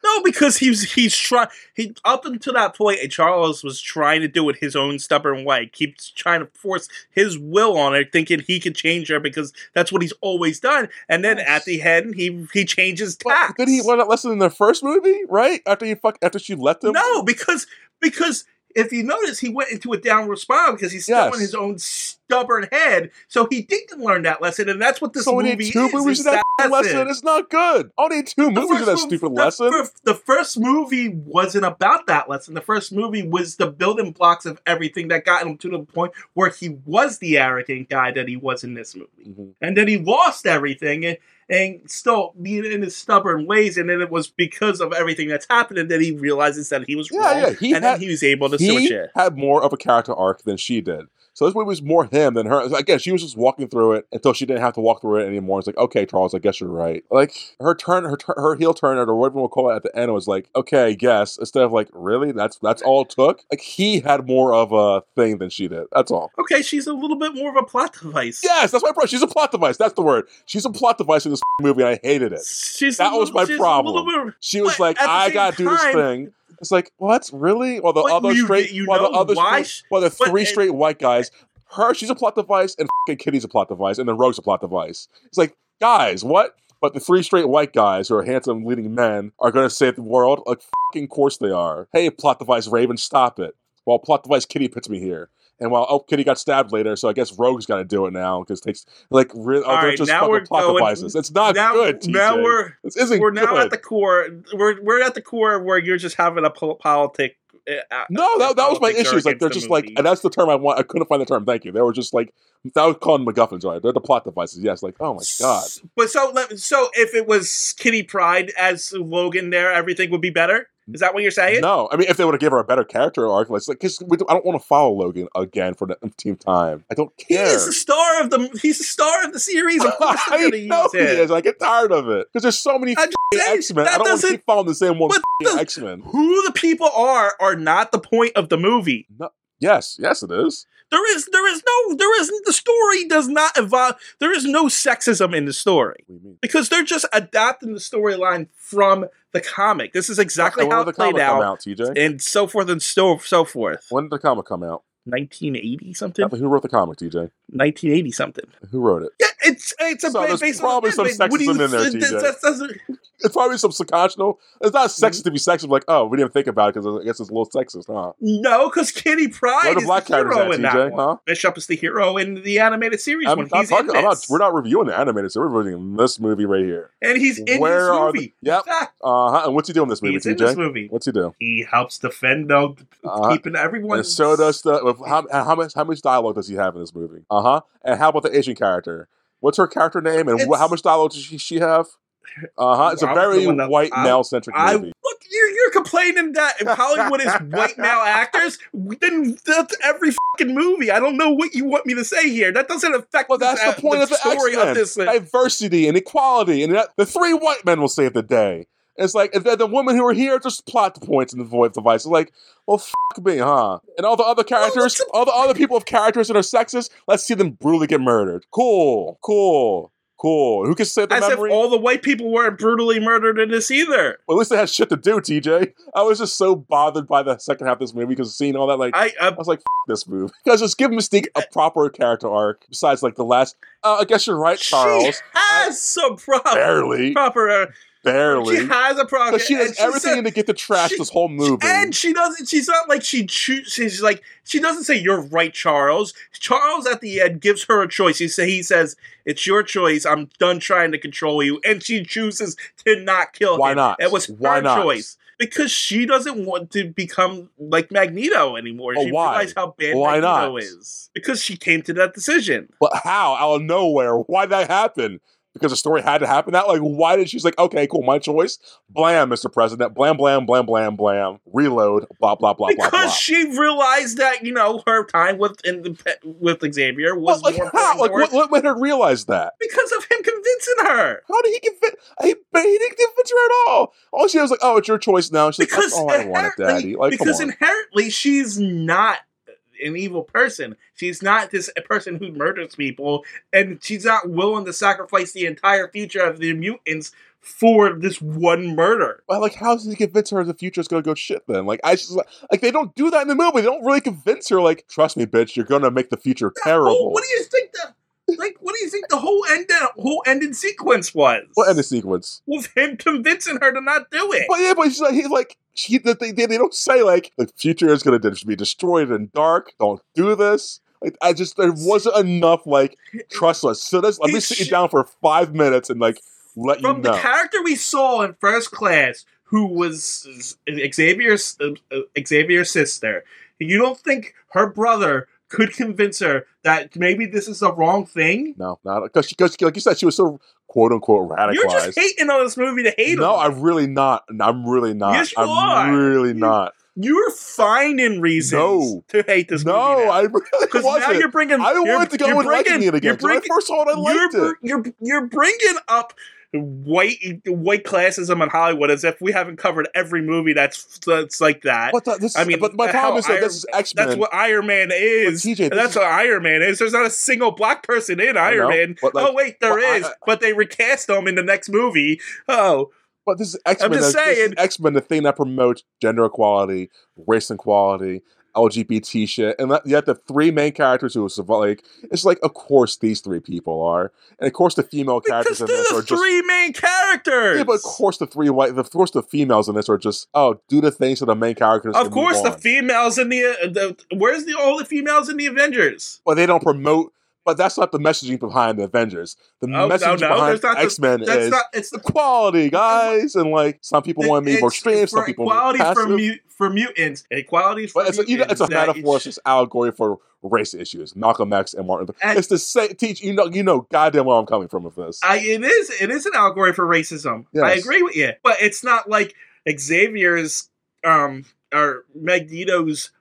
S2: No, because he's he's trying. He up until that point, and Charles was trying to do it his own stubborn way. Keeps trying to force his will on her, thinking he could change her because that's what he's always done. And then at the end, he he changes
S1: But
S2: tack.
S1: did he learn that lesson in the first movie? Right after he fuck after she left him.
S2: No, because because if you notice, he went into a downward spiral because he's still
S1: Yes.
S2: in his own stubborn head. So he didn't learn that lesson, and that's what this
S1: so we
S2: movie
S1: need two
S2: is.
S1: movies
S2: is
S1: of that, f***ing lesson.
S2: lesson.
S1: It's not good. I need two
S2: The
S1: movies of that
S2: first mov-
S1: stupid
S2: the
S1: lesson.
S2: fir- the first movie wasn't about that lesson. The first movie was the building blocks of everything that got him to the point where he was the arrogant guy that he was in this movie.
S1: Mhm.
S2: And then he lost everything and, and still being in his stubborn ways. And then it was because of everything that's happening that he realizes that he was
S1: Yeah,
S2: wrong.
S1: yeah, he
S2: and
S1: had-
S2: then he was able to switch
S1: He
S2: it.
S1: had more of a character arc than she did. So this movie was more him than her. Again, she was just walking through it until she didn't have to walk through it anymore. It's like, okay, Charles, I guess you're right. Like her turn, her tur- her heel turn, or whatever we'll call it at the end, was like, okay, yes. Instead of like, really, that's that's all it took. Like he had more of a thing than she did. That's all.
S2: Okay, she's a little bit more of a plot device.
S1: Yes, that's my problem. She's a plot device. That's the word. She's a plot device in this movie, and I hated it.
S2: She's
S1: That
S2: a
S1: was
S2: little-
S1: my
S2: she's a
S1: problem.
S2: little bit-
S1: She was
S2: But
S1: like,
S2: at the
S1: I
S2: same
S1: gotta do this
S2: time-
S1: thing. It's like, what? Really? Well, the
S2: But
S1: other
S2: you-
S1: straight,
S2: you
S1: while the
S2: know
S1: other
S2: why
S1: straight,
S2: she-
S1: while the
S2: but
S1: three
S2: it-
S1: straight white guys, her, she's a plot device, and fing Kitty's a plot device, and then Rogue's a plot device. It's like, guys, what? But the three straight white guys who are handsome leading men are gonna save the world. Like, fucking course they are. Hey, plot device Raven, stop it. While plot device Kitty puts me here. And while oh, Kitty got stabbed later, so I guess Rogue's got to do it now because takes like re- oh,
S2: All
S1: they're
S2: right,
S1: just
S2: now
S1: fucking
S2: we're
S1: plot
S2: going-
S1: devices. It's not
S2: now,
S1: good. TJ.
S2: now we're
S1: this isn't
S2: we're now
S1: good.
S2: at the core. We're we're at the core where you're just having a po- politic I,
S1: No, that, that was my
S2: Politics are
S1: issue. It's Like
S2: against
S1: they're
S2: the
S1: just like,
S2: movie.
S1: and that's the term I want. I couldn't find the term. Thank you. They were just like that was called MacGuffins, right? They're the plot devices. Yes, like oh my god.
S2: S- But so let- so if it was Kitty Pride as Logan, there everything would be better. Is that what you're saying?
S1: No, I mean if they would have given her a better character arc, like because I don't want to follow Logan again for the umpteenth time. I don't
S2: He
S1: care.
S2: is the star of the he's the star of the series. Of course, they're
S1: I
S2: gonna
S1: know
S2: use
S1: he
S2: him.
S1: is. I get tired of it because there's so many
S2: I'm just saying,
S1: X Men. I
S2: that
S1: don't want to
S2: doesn't-
S1: keep following the same one
S2: What does-
S1: X Men.
S2: Who the people are are not the point of the movie.
S1: Yes, yes, it is.
S2: There is there is no there is the story does not evolve. There is no sexism in the story
S1: What do you mean?
S2: because they're just adapting the storyline from the comic. This is exactly
S1: And
S2: how
S1: when did
S2: it
S1: the
S2: played
S1: comic
S2: out,
S1: come out, TJ?
S2: and so forth and so so forth.
S1: When did the comic come out?
S2: 1980 something,
S1: Who wrote the comic, TJ?
S2: 1980 something.
S1: Who wrote it?
S2: Yeah, it's it's a
S1: So
S2: ba-
S1: there's
S2: based
S1: probably
S2: on the
S1: some
S2: bit, what do
S1: sexism
S2: you-
S1: in there,
S2: it-
S1: TJ.
S2: that doesn't-
S1: It's probably some subconscious. It's not
S2: Mm-hmm.
S1: sexist to be sexist. Like, oh, we didn't think about it because I guess it's a little sexist, huh?
S2: no, because Kitty
S1: Where
S2: Pride
S1: the
S2: is
S1: black
S2: the
S1: characters
S2: hero
S1: at,
S2: in that
S1: TJ?
S2: one.
S1: Huh?
S2: Bishop is the hero in the animated series
S1: I'm
S2: when
S1: not
S2: he's in
S1: talking. I'm not,
S2: this.
S1: we're not reviewing the animated. So we're reviewing this movie right here.
S2: and he's in
S1: Where
S2: this
S1: are the-
S2: movie.
S1: Yep.
S2: In fact,
S1: Uh huh. And what's he doing in this movie,
S2: he's in this
S1: TJ?
S2: movie.
S1: What's he do?
S2: He helps defend them,
S1: Uh-huh.
S2: keeping everyone.
S1: And so does the with how, how much how much dialogue does he have in this movie? Uh huh. And how about the Asian character? What's her character name? And wh-
S2: It's-
S1: how much dialogue does she, she have? Uh huh. It's a
S2: Well, I was
S1: very
S2: the one that-
S1: white
S2: I-
S1: male centric
S2: I
S1: movie.
S2: look, you're you're complaining that if Hollywood is white male actors, then that's every fucking movie. I don't know what you want me to say here. That doesn't affect.
S1: Well, that's
S2: this-
S1: the point of the
S2: story
S1: X-Men.
S2: of this.
S1: Diversity and equality, and that, the three white men will save the day. It's like and the, the women who are here are just plot points in the void device. It's like, well, fuck me, huh? And all the other characters,
S2: that's a-
S1: all the other people of characters that are sexist, let's see them brutally get murdered. Cool, cool, cool. Who can save the
S2: As
S1: memory?
S2: if all the white people weren't brutally murdered in this either.
S1: well, at least they had shit to do, TJ. I was just so bothered by the second half of this movie because seeing all that, like,
S2: I uh,
S1: I was like, F- this move. Because just give Mystique a proper character arc. Besides, like the last, uh, I guess you're right, Charles.
S2: she has some problem.
S1: barely,
S2: Proper. uh, She
S1: barely.
S2: has a problem.
S1: Because she does
S2: and
S1: everything
S2: said-
S1: to get to trash
S2: she-
S1: this whole movie.
S2: and she doesn't. She's not like she chooses. She's like she doesn't say you're right, Charles. Charles at the end gives her a choice. He say he says it's your choice. I'm done trying to control you, and she chooses to not kill
S1: Why
S2: him.
S1: not?
S2: It was
S1: Why
S2: her
S1: not?
S2: choice because she doesn't want to become like Magneto anymore.
S1: Oh,
S2: she
S1: why?
S2: realized how bad
S1: Why
S2: Magneto
S1: not?
S2: is because she came to that decision.
S1: but how? Out of nowhere. Why did that happen? Because the story had to happen that? Like, why did she's like, okay, cool, my choice? Blam, Mr. President. Blam, blam, blam, blam, blam. Reload. Blah, blah, blah, blah,
S2: because
S1: blah.
S2: she realized that you know her time with in the, with Xavier
S1: Well,
S2: was
S1: like,
S2: more
S1: how?
S2: important
S1: Like,
S2: to her
S1: what, what made her realize that?
S2: because of him convincing her.
S1: How did he convince? He, but he didn't convince her at all. All she was like, "Oh, it's your choice now." And she's like,
S2: Because
S1: "That's all I wanted,
S2: inherently-
S1: Daddy." Like, come
S2: because
S1: on.
S2: inherently she's not an evil person. She's not this person who murders people, and she's not willing to sacrifice the entire future of the mutants for this one murder.
S1: but like, how does he convince her the future is gonna go shit? Then, like, I just like, like they don't do that in the movie. They don't really convince her. Like, trust me, bitch, you're gonna make the future
S2: Oh,
S1: terrible.
S2: what do you think the like? What do you think the whole end whole ending sequence was?
S1: Well, end the sequence.
S2: With him convincing her to not do it.
S1: But yeah, but she's like, he's like, she, they, they, they don't say like the future is gonna de- be destroyed and dark. Don't do this. Like, I just there wasn't enough like trust us. So that's let me
S2: He's
S1: sit you
S2: sh-
S1: down for five minutes and like let you
S2: from the
S1: know.
S2: character we saw in first class, who was Xavier's uh, uh, Xavier's sister. You don't think her brother could convince her that maybe this is the wrong thing?
S1: No, not because because like you said, she was so quote unquote radicalized.
S2: You're just hating on this movie to hate
S1: no,
S2: on.
S1: I'm really not. I'm really not.
S2: Yes, you
S1: I'm
S2: are.
S1: really not.
S2: You're finding reasons
S1: No.
S2: to hate this
S1: no,
S2: movie.
S1: I really
S2: because now
S1: wasn't.
S2: you're bringing.
S1: I
S2: you're-
S1: wanted to go
S2: you're
S1: and liking
S2: bringing-
S1: it again.
S2: You're
S1: 'cause when I
S2: bringing,
S1: first saw it, I liked
S2: you're,
S1: it.
S2: br- you're you're bringing up white white classism in Hollywood as if we haven't covered every movie that's that's like that.
S1: But the, this,
S2: I mean,
S1: but my
S2: hell,
S1: problem is that
S2: I-
S1: this is X Men.
S2: That's what Iron Man is.
S1: TJ,
S2: And
S1: this
S2: that's
S1: is-
S2: what Iron Man is. There's not a single black person in
S1: I
S2: Iron
S1: know,
S2: Man.
S1: but, like,
S2: oh wait, there
S1: well, I-
S2: is, but they recast them in the next movie. Oh,
S1: But this is X Men.
S2: I'm just saying-
S1: X Men, the thing that promotes gender equality, race equality, LGBT shit, and that- yet the three main characters who are like, it's like, of course these three people are, and of course the female
S2: because
S1: characters
S2: they're
S1: in this are
S2: the
S1: just
S2: three main characters.
S1: Yeah, but of course the three white, of course the females in this are just oh, do the things to the main characters.
S2: Of
S1: and
S2: course,
S1: move
S2: the
S1: on.
S2: females in the, uh, the where's the all the females in the Avengers?
S1: but they don't promote But that's not the messaging behind the Avengers. The
S2: Oh, no,
S1: message
S2: no,
S1: behind
S2: that's not the-
S1: X Men
S2: That's
S1: is
S2: not. It's the
S1: equality, guys, and like some people want to be more
S2: It's-
S1: extreme,
S2: it's
S1: some
S2: for
S1: people more
S2: equality for,
S1: passive.
S2: mu- for mutants. Equality for
S1: but it's a, you know, it's
S2: mutants.
S1: a
S2: that
S1: metaphor,
S2: it
S1: it's just allegory for race issues. Malcolm X and Martin. Luther-
S2: And-
S1: it's the same. Teach you know you know goddamn where I'm coming from with this.
S2: I it is it is an allegory for racism. I
S1: Yes.
S2: agree with you, but it's not like Xavier's um or Magneto's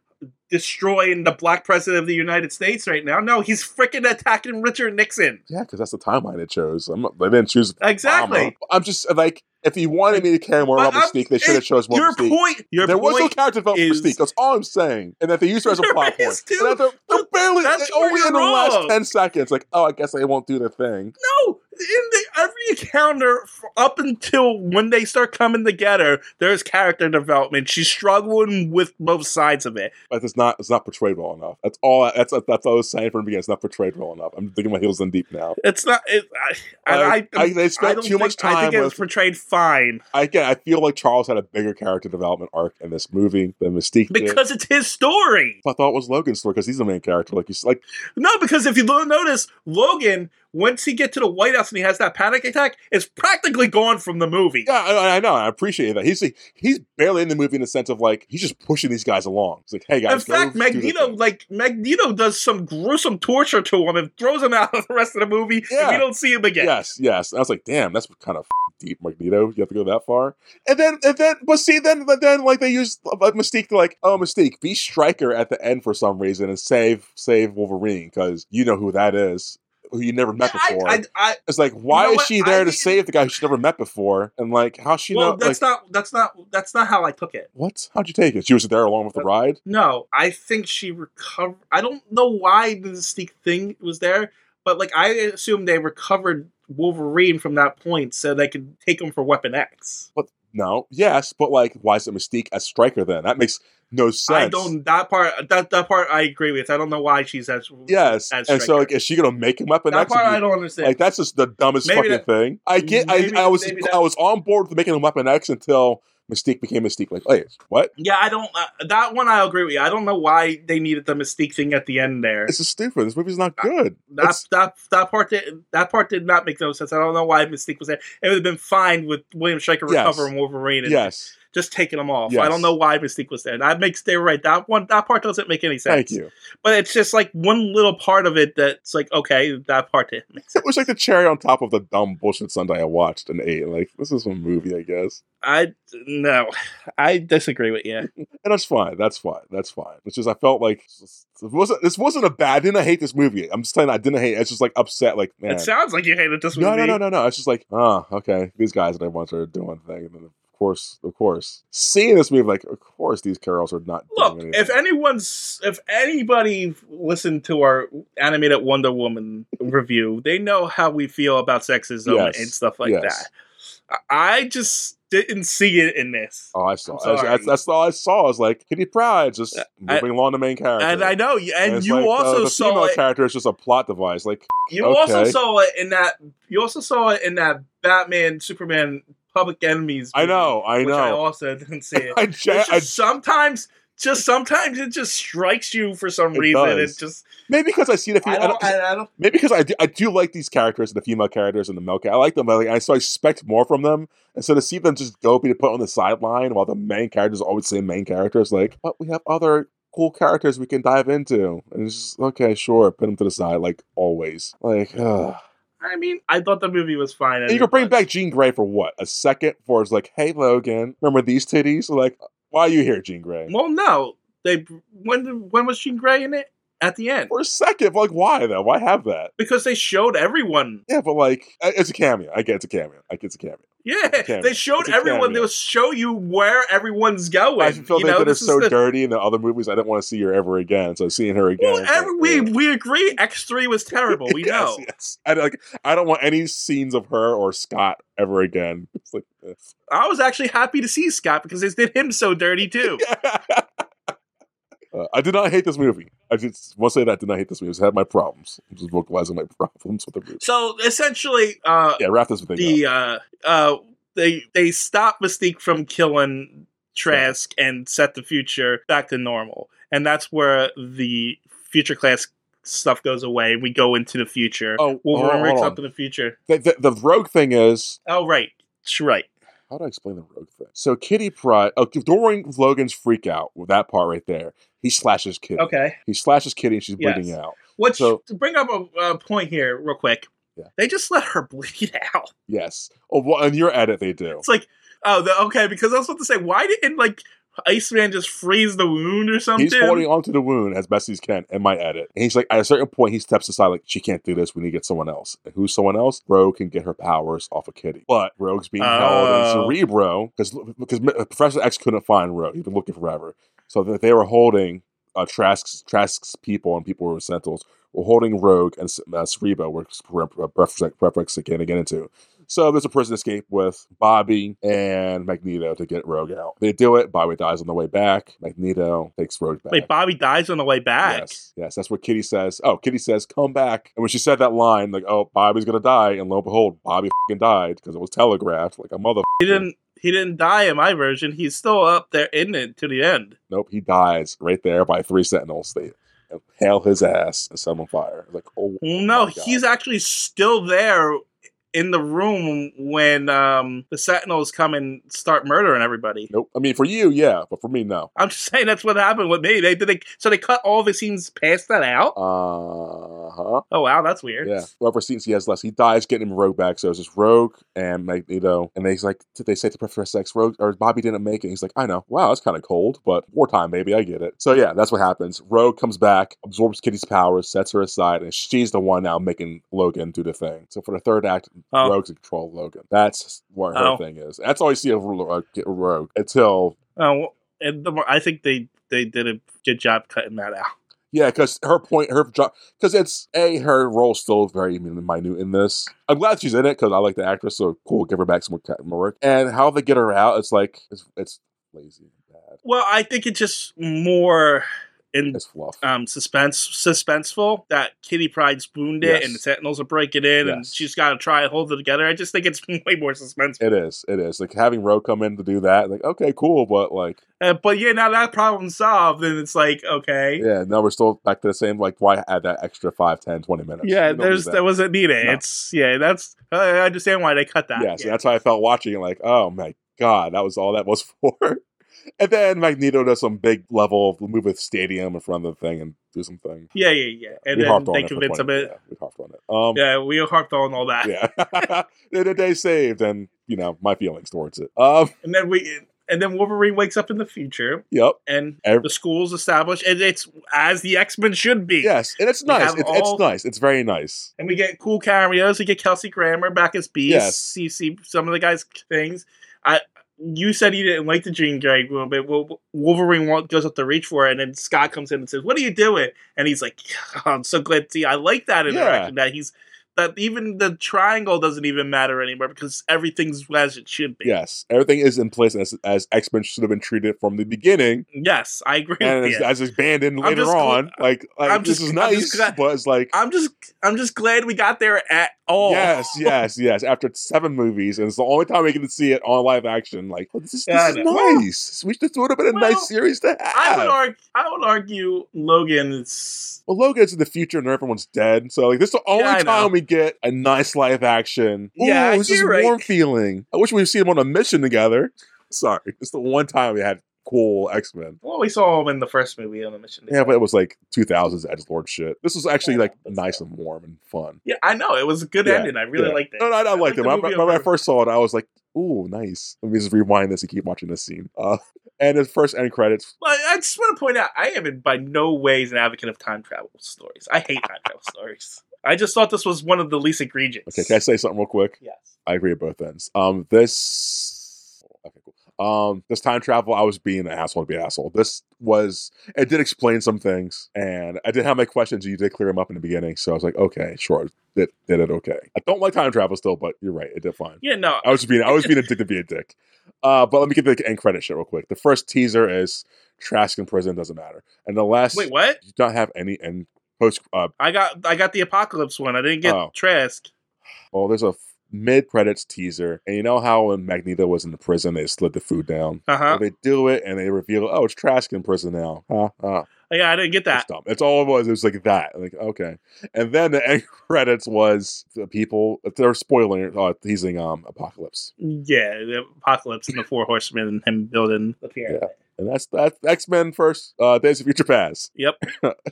S2: destroying the black president of the United States right now. No, he's freaking attacking Richard Nixon.
S1: yeah, because that's the timeline it chose. I'm, not- they didn't choose
S2: Exactly.
S1: Obama. I'm just like if you wanted me to care more
S2: But
S1: about
S2: I'm-
S1: Mystique, they should have chose more
S2: Your
S1: Mystique.
S2: point. Your
S1: there was no
S2: point.
S1: character development
S2: is-
S1: for Mystique. That's all I'm saying. And that they used her as a
S2: There
S1: plot point.
S2: is, dude.
S1: And that they're, they're barely
S2: That's
S1: they
S2: where
S1: only
S2: you're
S1: in the last
S2: wrong.
S1: ten seconds. Like, oh, I guess I won't do the thing.
S2: no, in the every encounter f- up until when they start coming together, there's character development. She's struggling with both sides of it.
S1: But it's not it's not portrayed well enough. That's all. I- That's that's what I was saying from the beginning. It's not portrayed well enough. I'm digging my heels in deep now.
S2: It's not. It, I, and
S1: Like,
S2: I,
S1: I- they
S2: I
S1: spent
S2: don't
S1: too much
S2: think- I
S1: time
S2: think it was
S1: with.
S2: portrayed fine
S1: I, again, I feel like Charles had a bigger character development arc in this movie than Mystique did.
S2: because it's his story.
S1: I thought it was Logan's story because he's the main character. Like he's like
S2: No, because if you lo- notice, Logan, once he get to the White House and he has that panic attack, is practically gone from the movie.
S1: yeah, I, I know. I appreciate that. He's he's barely in the movie in the sense of like he's just pushing these guys along. It's like, hey guys,
S2: In
S1: go
S2: fact,
S1: do the
S2: Magneto,
S1: thing.
S2: like Magneto, does some gruesome torture to him and throws him out of the rest of the movie,
S1: Yeah.
S2: and we don't see him again.
S1: Yes, yes. I was like, damn, that's kind of f***ing deep, Magneto. You have to go that far. And then, and then, but see, then, but then, like they use uh, like, Mystique to like, oh, Mystique, be Striker at the end for some reason and save save Wolverine because you know who that is, who you never met
S2: I,
S1: before.
S2: I, I,
S1: it's like, why
S2: know
S1: is
S2: what?
S1: she
S2: I
S1: there to
S2: think-
S1: save the guy who she never met before? And like, how she know?
S2: well,
S1: Like,
S2: that's not, that's not, that's not how I took it.
S1: what? How'd you take it? She was there along with the ride.
S2: No, I think she recovered. I don't know why the mystique thing was there, but like I assume they recovered Wolverine from that point so they could take him for Weapon X.
S1: No, yes, but like, why is it Mystique as Striker then? That makes no sense.
S2: I don't that part. That that part I agree with. I don't know why she's as
S1: Yes,
S2: as
S1: and so
S2: Stryker.
S1: like, is she gonna make him up an
S2: that
S1: next?
S2: part I don't understand.
S1: Like that's just the dumbest
S2: Maybe
S1: fucking
S2: that-
S1: thing. I get. I,
S2: maybe-
S1: I was
S2: maybe that-
S1: I was on board with making him Weapon X until Mystique became Mystique. Like, wait, what?
S2: yeah, I don't. Uh, that one I agree with you. I don't know why they needed the mystique thing at the end there.
S1: This is stupid. This movie's not good.
S2: That,
S1: It's-
S2: that that part did that part did not make no sense. I don't know why Mystique was there. It would have been fine with William Stryker
S1: Yes.
S2: recovering Wolverine and
S1: yes,
S2: just taking them off. I
S1: Yes.
S2: don't know why Mystique was there. That makes they're right. That one that part doesn't make any sense.
S1: thank you.
S2: But it's just like one little part of it that's like okay, that part didn't make sense.
S1: It was like the cherry on top of the dumb bullshit Sunday I watched and ate. Like this is a movie, I guess.
S2: I no, I disagree with you.
S1: And that's fine. That's fine. That's fine. It's just I felt like this wasn't this wasn't a bad. I didn't hate this movie. I'm just saying I didn't hate. it. It's just like upset. Like man,
S2: It sounds like you hated this movie.
S1: No, no, no, no, no. It's just like, ah, okay, these guys that I want are doing thing, and then of course, of course, seeing this movie, like, of course, these carols are not.
S2: Look,
S1: doing
S2: if
S1: anything.
S2: anyone's if anybody listened to our animated Wonder Woman review, they know how we feel about sexism
S1: Yes,
S2: and stuff like
S1: yes.
S2: that. I I just didn't see it in this.
S1: oh, I saw.
S2: I'm
S1: That's, that's,
S2: sorry. Uh,
S1: that's all I saw. Is like Kitty Pride just
S2: I-
S1: moving along the main character,
S2: And I know, you- and
S1: it's
S2: you
S1: like, uh,
S2: also
S1: the, the
S2: saw
S1: female
S2: it.
S1: character is just a plot device. Like,
S2: You
S1: Okay.
S2: also saw it in that. You also saw it in that Batman Superman Public Enemies.
S1: I
S2: movie,
S1: know, I
S2: which I
S1: know.
S2: also didn't see it.
S1: I,
S2: It's
S1: ja- I-
S2: just sometimes, just sometimes, it just strikes you for some
S1: It
S2: reason.
S1: does.
S2: It just.
S1: maybe because I see the
S2: I
S1: female.
S2: don't. I, I don't.
S1: Maybe because I do, I do like these characters, the female characters and the male characters. I like them, but like, I so I expect more from them. And so to see them just go be put on the sideline while the main characters are always the same main characters, like, but we have other cool characters we can dive into. And it's just, okay, sure, put them to the side, like always. Like, ugh.
S2: I mean, I thought the movie was fine.
S1: And you can bring back Jean Grey for what? A second? For it's like, hey, Logan, remember these titties? Like, why are you here, Jean Grey?
S2: Well, no. They when when was Jean Grey in it? At the end,
S1: For a second, like, why though? Why have that?
S2: because they showed everyone.
S1: Yeah, but like, I- it's a cameo. I get it's a cameo. I get it's a cameo.
S2: Yeah,
S1: cameo.
S2: they showed
S1: It's a
S2: everyone.
S1: cameo.
S2: They would show you where everyone's going.
S1: I feel
S2: you
S1: they
S2: know,
S1: did her
S2: this is
S1: so
S2: the-
S1: dirty in the other movies. I didn't want to see her ever again. So seeing her again,
S2: Well,
S1: it's
S2: every, we
S1: ugh.
S2: we agree. X three was terrible. We
S1: Yes,
S2: know.
S1: yes. I don't- like. I don't want any scenes of her or Scott ever again. It's like, eh. ugh.
S2: I was actually happy to see Scott because they did him so dirty too.
S1: Uh, I did not hate this movie. I just want to say that I did not hate this movie. I had my problems. I'm just vocalizing my problems with the movie.
S2: So essentially, uh,
S1: Yeah, wrap this thing up.
S2: the uh, uh, they they stop Mystique from killing Trask and set the future back to normal, and that's where the future class stuff goes away. We go into the future.
S1: Oh, hold
S2: Wolverine
S1: on,
S2: wakes
S1: hold
S2: up
S1: on.
S2: in the future.
S1: The, the, the rogue thing is
S2: Oh, right. That's right.
S1: how do I explain the rogue thing? So Kitty Pride, oh, during Logan's freak out, with that part right there, he slashes Kitty.
S2: Okay.
S1: He slashes Kitty and she's
S2: Yes.
S1: bleeding out.
S2: Which
S1: So-
S2: to bring up a, a point here, real quick.
S1: Yeah.
S2: They just let her bleed out.
S1: Yes. Oh, well, in your edit, they do.
S2: It's like, oh, the, okay, because I was about to say, why didn't like Iceman just freeze the wound or something?
S1: He's holding onto the wound as best as he can in my edit. And he's like, at a certain point, he steps aside, like, she can't do this. We need to get someone else. And who's someone else? Rogue can get her powers off of Kitty. But Rogue's being
S2: Oh.
S1: held in Cerebro because because Professor X couldn't find Rogue. He'd been looking forever. So that they were holding uh, Trask's, Trask's people and people who were Sentinels were holding Rogue and uh, Cerebro, which Prefix again to get into. So there's a prison escape with Bobby and Magneto to get Rogue out. They do it. Bobby dies on the way back. Magneto takes Rogue back.
S2: Wait, Bobby dies on the way back.
S1: Yes, yes, that's what Kitty says. Oh, Kitty says, "Come back." And when she said that line, like, "Oh, Bobby's gonna die," and lo and behold, Bobby fing died because it was telegraphed like a mother.
S2: He didn't. He didn't die in my version. He's still up there in it to the end.
S1: Nope, he dies right there by three Sentinels. They impale his ass and set him on fire. Like, oh
S2: No,
S1: my God.
S2: he's actually still there in the room when um, the Sentinels come and start murdering everybody.
S1: nope. I mean, for you, yeah, but for me, no.
S2: I'm just saying that's what happened with me. They did. They, so they cut all the scenes past that out.
S1: Uh huh.
S2: Oh wow, that's weird.
S1: Yeah. Whoever scenes he has less, he dies getting him Rogue back. So it's just Rogue and Magneto. And he's like, did they say to Professor X, Rogue or Bobby didn't make it? He's like, I know. Wow, that's kind of cold, but wartime, baby. I get it. So yeah, that's what happens. Rogue comes back, absorbs Kitty's powers, sets her aside, and she's the one now making Logan do the thing. So for the third act,
S2: Oh.
S1: Rogue's in control of Logan. That's what her
S2: Oh.
S1: thing is. That's all you see of Ro- uh, Rogue until.
S2: Oh, and the, more- I think they they did a good job cutting that out.
S1: Yeah, because her point, her job, because it's a her role still very minute in this. I'm glad she's in it because I like the actress, so cool. Give her back some more, ca- more work. And how they get her out, it's like it's it's lazy, and bad,
S2: Well, I think it's just more in
S1: it's fluff.
S2: um suspense suspenseful that Kitty Pride's wounded
S1: Yes.
S2: and the Sentinels are breaking in and
S1: Yes.
S2: she's got to try and hold it together. I just think it's way more suspenseful.
S1: it is, it is like having Rogue come in to do that. Like, okay, cool, but like,
S2: Uh, but yeah, now that problem's solved, and it's like okay, yeah,
S1: yeah, now we're still back to the same. Like, why add that extra 5, 10, 20 minutes? We don't need
S2: there's that. wasn't needed.
S1: No.
S2: It's yeah, that's I understand why they cut that.
S1: Yes, that's how I felt watching it. Like, oh my god, that was all that was for. and then Magneto does some big level move with Stadium in front of the thing and do something.
S2: yeah, yeah, yeah. And
S1: we
S2: then
S1: harped on
S2: they
S1: it for
S2: convince
S1: 20
S2: him it.
S1: Yeah, we harped on it.
S2: Yeah, we harped on all that.
S1: Um, yeah. the, the day saved, and you know my feelings towards it. Um,
S2: And then we and then Wolverine wakes up in the future,
S1: yep.
S2: and
S1: Ev-
S2: the school's established, and it's as the X Men should be.
S1: Yes, and it's
S2: We
S1: nice.
S2: have
S1: It's,
S2: all-
S1: it's nice. It's very nice.
S2: And we get cool cameos. We get Kelsey Grammer back as Beast.
S1: Yes.
S2: You see some of the guys' things. I you said you didn't like the Jean Grey little bit. Well, Wolverine wa- goes up to reach for it, and then Scott comes in and says, "What are you doing?" And he's like, "I'm so glad to see. I like that
S1: Yeah.
S2: interaction. That he's that even the triangle doesn't even matter anymore because everything's as it should be.
S1: Yes, everything is in place as, as X Men should have been treated from the beginning,
S2: Yes, I agree.
S1: and
S2: with
S1: as,
S2: you.
S1: as expanded later
S2: just gl-
S1: on. like, like
S2: I'm
S1: this
S2: just-
S1: is
S2: I'm
S1: nice,
S2: just glad-
S1: but it's like
S2: I'm just I'm just glad we got there at all.
S1: Yes, yes, yes. After seven movies, and it's the only time we can see it on live action. Like oh, this is,
S2: Yeah, I
S1: this is
S2: know. Well-
S1: nice. we should, it would have been a
S2: Well,
S1: nice series to have.
S2: I would argue I would argue Logan is
S1: well, Logan's in the future and everyone's dead, so like this is the only
S2: I know.
S1: time we get a nice live action. Ooh,
S2: Yeah,
S1: this is
S2: you're right.
S1: warm feeling. I wish we'd seen them on a mission together. Sorry, it's the one time we had cool X Men.
S2: Well, we saw him in the first movie on the mission.
S1: Yeah, but it was like 2000s Edge Lord shit. This was actually
S3: Yeah,
S1: like
S3: that's
S1: nice and warm and fun.
S2: yeah, I know it was a good
S1: Yeah,
S2: ending. I really
S1: yeah.
S2: liked it.
S1: No, no, I liked
S2: liked
S1: it.
S2: the
S1: When I-
S2: movie
S1: when I
S2: overall.
S1: first saw it, I was like, "Ooh, nice." Let me just rewind this and keep watching this scene. Uh, and his first end credits.
S2: But I just want to point out, I am in by no ways an advocate of time travel stories. I hate time travel stories. I just thought this was one of the least egregious.
S1: Okay, can I say something real quick?
S3: Yes.
S1: I agree at both ends. Um, this. Okay, cool. Um, this time travel, I was being an asshole to be an asshole. This was. It did explain some things, and I did have my questions. and You did clear them up in the beginning, so I was like, "Okay, sure, did did it okay." I don't like time travel still, but you're right, it did fine.
S2: Yeah, no,
S1: I was just being I was being a dick to be a dick. Uh, but let me get the end credit shit real quick. The first teaser is Trask in prison doesn't matter, and the last
S2: wait, what?
S1: you don't have any end post. Uh,
S2: I got I got the apocalypse one. I didn't get
S1: Oh.
S2: Trask.
S1: oh, there's a f- mid credits teaser. And you know how when Magneto was in the prison, they slid the food down?
S2: Uh huh.
S1: Well, they do it and they reveal, oh, it's Trask in prison now. Huh? Huh?
S2: Yeah, I didn't get
S1: It's
S2: that.
S1: dumb. It's all it was. It was like that. Like, okay. And then the end credits was the people, they're spoiling it, oh, teasing um, Apocalypse.
S2: Yeah, the apocalypse and the four horsemen and him building the pyramid.
S1: And that's, that's X Men first, uh, Days of Future Past.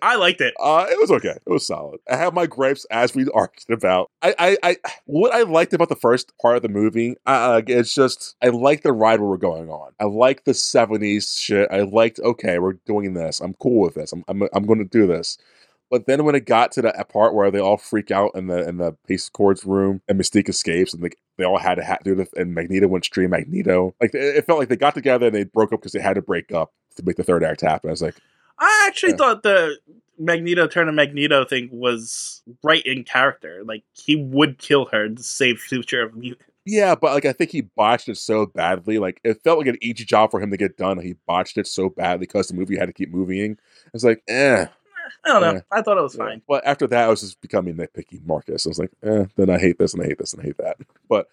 S2: I liked it.
S1: Uh, it was okay. It was solid. I have my gripes as we argued about. I, I, I, what I liked about the first part of the movie, uh, it's just I like the ride where we're going on. I like the '70s shit. I liked okay, we're doing this. I'm cool with this. I'm, I'm, I'm going to do this. But then when it got to that part where they all freak out in the in the Pace Courts room and Mystique escapes and they, they all had to ha- do this and Magneto went straight Magneto. Like it, it felt like they got together and they broke up because they had to break up to make the third act happen. I was like,
S2: I actually
S1: Yeah.
S2: thought the Magneto turn to Magneto thing was right in character. Like he would kill her to save future of mutant.
S1: Yeah, but like I think he botched it so badly. Like it felt like an easy job for him to get done. He botched it so badly because the movie had to keep moving. It's like, eh.
S2: I don't know.
S1: Yeah.
S2: I thought it was fine.
S1: But after that, I was just becoming nitpicky Marcus. I was like, eh, then I hate this and I hate this and I hate that. But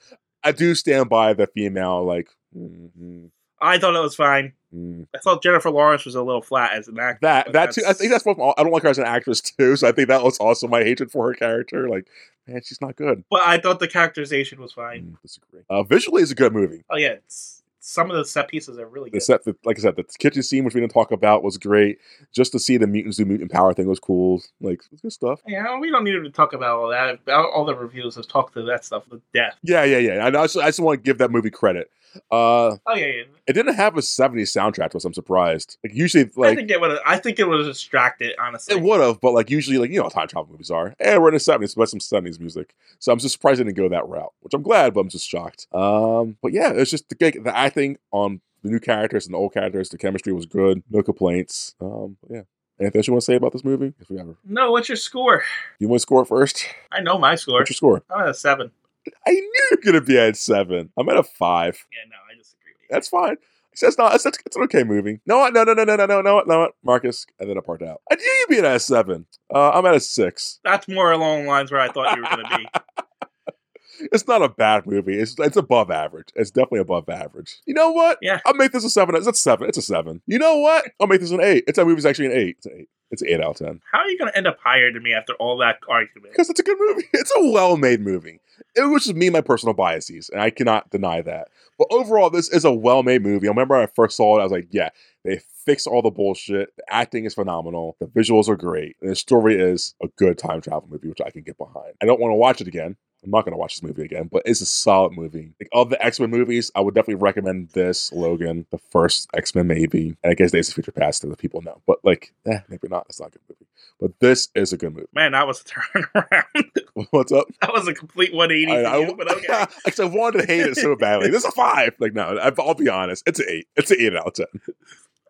S1: I do stand by the female, like, mhm,
S2: I thought it was fine.
S1: mhm.
S2: I thought Jennifer Lawrence was a little flat as an actor.
S1: that
S2: but
S1: that too. I think that's what I don't like her as an actress too. So I think that was also my hatred for her character. Like, man, she's not good.
S2: But I thought the characterization was fine.
S1: Mm, disagree. Uh, visually, it's a good movie.
S2: Oh yeah, it's, some of the set pieces are really
S1: The
S2: good.
S1: set, the, like I said, the kitchen scene, which we didn't talk about, was great. Just to see the mutants do mutant power thing was cool. Like it's good stuff.
S2: yeah, we don't need to talk about all that. All all the reviews have talked to that stuff. The death.
S1: Yeah, yeah, yeah. And I just, I just want to give that movie credit. Uh,
S2: Oh yeah, yeah.
S1: it didn't have a '70s soundtrack, which I'm surprised. Like usually,
S2: I
S1: like
S2: think it would. I think it would have distracted. Honestly,
S1: it would have, but like usually, like you know, how time travel movies are. Hey, we're in the '70s, but some '70s music. So I'm just surprised it didn't go that route, which I'm glad, but I'm just shocked. Um, but yeah, it's just the gig. The acting on the new characters and the old characters, the chemistry was good. No complaints. Um, yeah. Anything else you want to say about this movie? If we have
S2: No, what's your score?
S1: You want to score it first?
S2: I know my score.
S1: What's your score?
S2: I'm at a seven.
S1: I knew you're gonna be at seven. I'm at a five.
S2: Yeah, no, I disagree with you.
S1: That's fine. So That's not. That's, that's it's an okay movie. No, what? no, no, no, no, no, no, no, what? no, what? Marcus, and then I part out. I knew you'd be at a seven. Uh, I'm at a six.
S2: That's more along the lines where I thought you were going to be.
S1: It's not a bad movie. It's it's above average. It's definitely above average. You know what?
S2: Yeah.
S1: I'll make this a seven. It's a seven. It's a seven. You know what? I'll make this an eight. It's that movie's actually an eight. It's an eight. It's an eight out of ten.
S2: How are you going to end up higher than me after all that argument?
S1: Because it's a good movie. It's a well-made movie. It was just me and my personal biases, and I cannot deny that. But overall, this is a well-made movie. I remember when I first saw it, I was like, yeah, they fix all the bullshit. The acting is phenomenal. The visuals are great. And the story is a good time travel movie, which I can get behind. I don't want to watch it again. I'm not going to watch this movie again, but it's a solid movie. Like of the X Men movies, I would definitely recommend this Logan, the first X Men, maybe, and I guess Days of Future Past, that the people know. But like, eh, maybe not. It's not a good movie, but this is a good movie.
S2: Man, that was a turnaround.
S1: What's up?
S2: that was a complete 180
S1: I,
S2: for
S1: I,
S2: you, but okay.
S1: Actually, I wanted to hate it so badly. This is a five. Like, no, I, I'll be honest. It's an eight. It's an eight out of ten.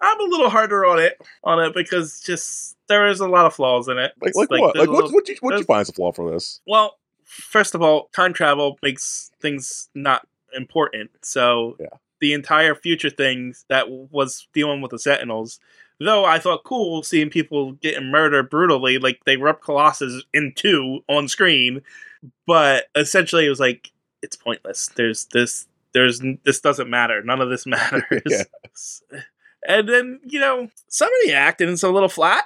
S2: I'm a little harder on it on it because just there is a lot of flaws in it.
S1: Like,
S2: It's
S1: like, what? Like,
S2: there's a
S1: what?
S2: little-
S1: What you what you
S2: there's-
S1: find as a flaw for this?
S2: Well, first of all, time travel makes things not important. So
S1: Yeah.
S2: the entire future thing that was dealing with the Sentinels, though I thought cool seeing people getting murdered brutally, like they ripped Colossus in two on screen, but essentially it was like it's pointless. There's this. There's this doesn't matter. None of this matters.
S1: Yeah.
S2: And then you know some of the acting is a little flat.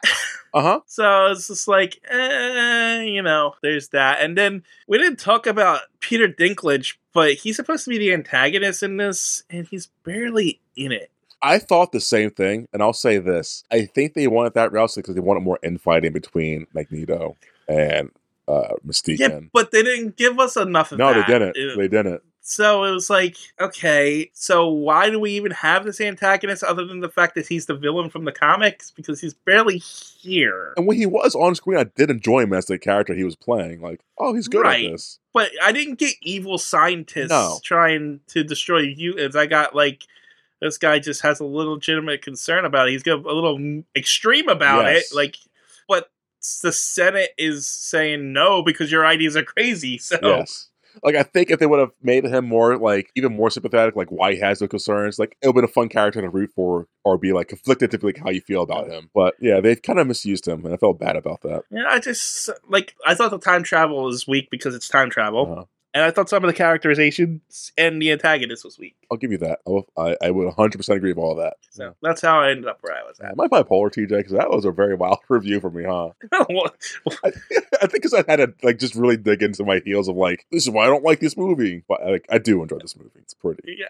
S1: Uh huh.
S2: So it's just like, eh, you know, there's that. And then we didn't talk about Peter Dinklage, but he's supposed to be the antagonist in this, and he's barely in it.
S1: I thought the same thing, and I'll say this: I think they wanted that route because they wanted more infighting between Magneto and uh, Mystique.
S2: Yeah,
S1: and-
S2: but they didn't give us enough of
S1: no,
S2: that.
S1: they didn't.
S2: It-
S1: They didn't.
S2: so it was like, okay, so why do we even have this antagonist other than the fact that he's the villain from the comics? Because he's barely here.
S1: And when he was on screen, I did enjoy him as the character he was playing. Like, oh, he's good
S2: Right.
S1: at this.
S2: But I didn't get evil scientists
S1: No.
S2: trying to destroy mutants. I got like this guy just has a little legitimate concern about it. He's got a little extreme about
S1: Yes.
S2: it. Like, but the Senate is saying no because your ideas are crazy. So
S1: Yes. Like I think if they would have made him more like even more sympathetic, like why he has the concerns, like it would have been a fun character to root for or be like conflicted to be like how you feel about him. But yeah, they've kind of misused him and I felt bad about that.
S2: yeah, I just like I thought the time travel is weak because it's time travel.
S1: Uh-huh.
S2: And I thought some of the characterizations and the antagonist was weak.
S1: I'll give you that. I, will, I, I would 100% agree with all that.
S2: So that's how I ended up where I was at.
S1: Am I bipolar, TJ? Because that was a very wild review for me, huh?
S2: Well,
S1: I think because I had to like just really dig into my heels of like this is why I don't like this movie, but like I do enjoy this movie. It's pretty.
S2: yeah.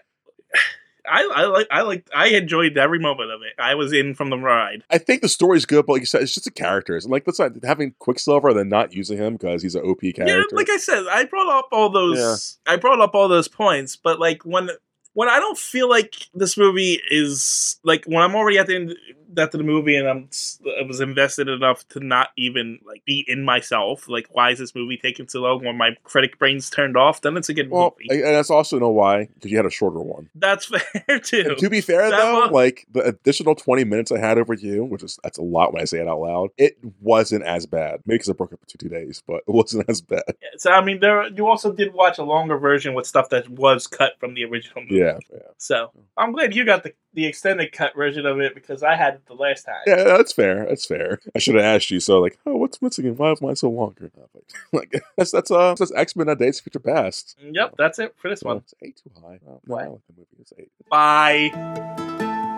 S2: I, I like I like I enjoyed every moment of it. I was in from the ride.
S1: I think the story's good, but like you said, it's just the characters. Like that's not having Quicksilver and then not using him because he's an OP character.
S2: Yeah, like I said, I brought up all those I brought up all those points, but like when when I don't feel like this movie is like when I'm already at the end at the movie and I'm s- I was invested enough to not even like be in myself. Like, why is this movie taking so long? When my critic brain's turned off, then it's a good
S1: well,
S2: movie.
S1: I- and that's also know why because you had a shorter one.
S2: That's fair too.
S1: And to be fair
S2: That
S1: though,
S2: one-
S1: like the additional twenty minutes I had over you, which is that's a lot when I say it out loud, it wasn't as bad. Maybe because I broke up for two, two days, but it wasn't as bad.
S2: So I mean, there you also did watch a longer version with stuff that was cut from the original movie.
S1: Yeah, yeah,
S2: So I'm glad you got the the extended cut version of it because I had it the last time.
S1: yeah. That's fair. That's fair. I should have asked you. So like, oh, what's missing? and Why is mine so longer? Like that's that's uh that's X Men: Days of Future Past.
S2: Yep, that's it for this one.
S1: It's eight too high. No,
S2: What?
S1: no, the movie is eight.
S2: Bye.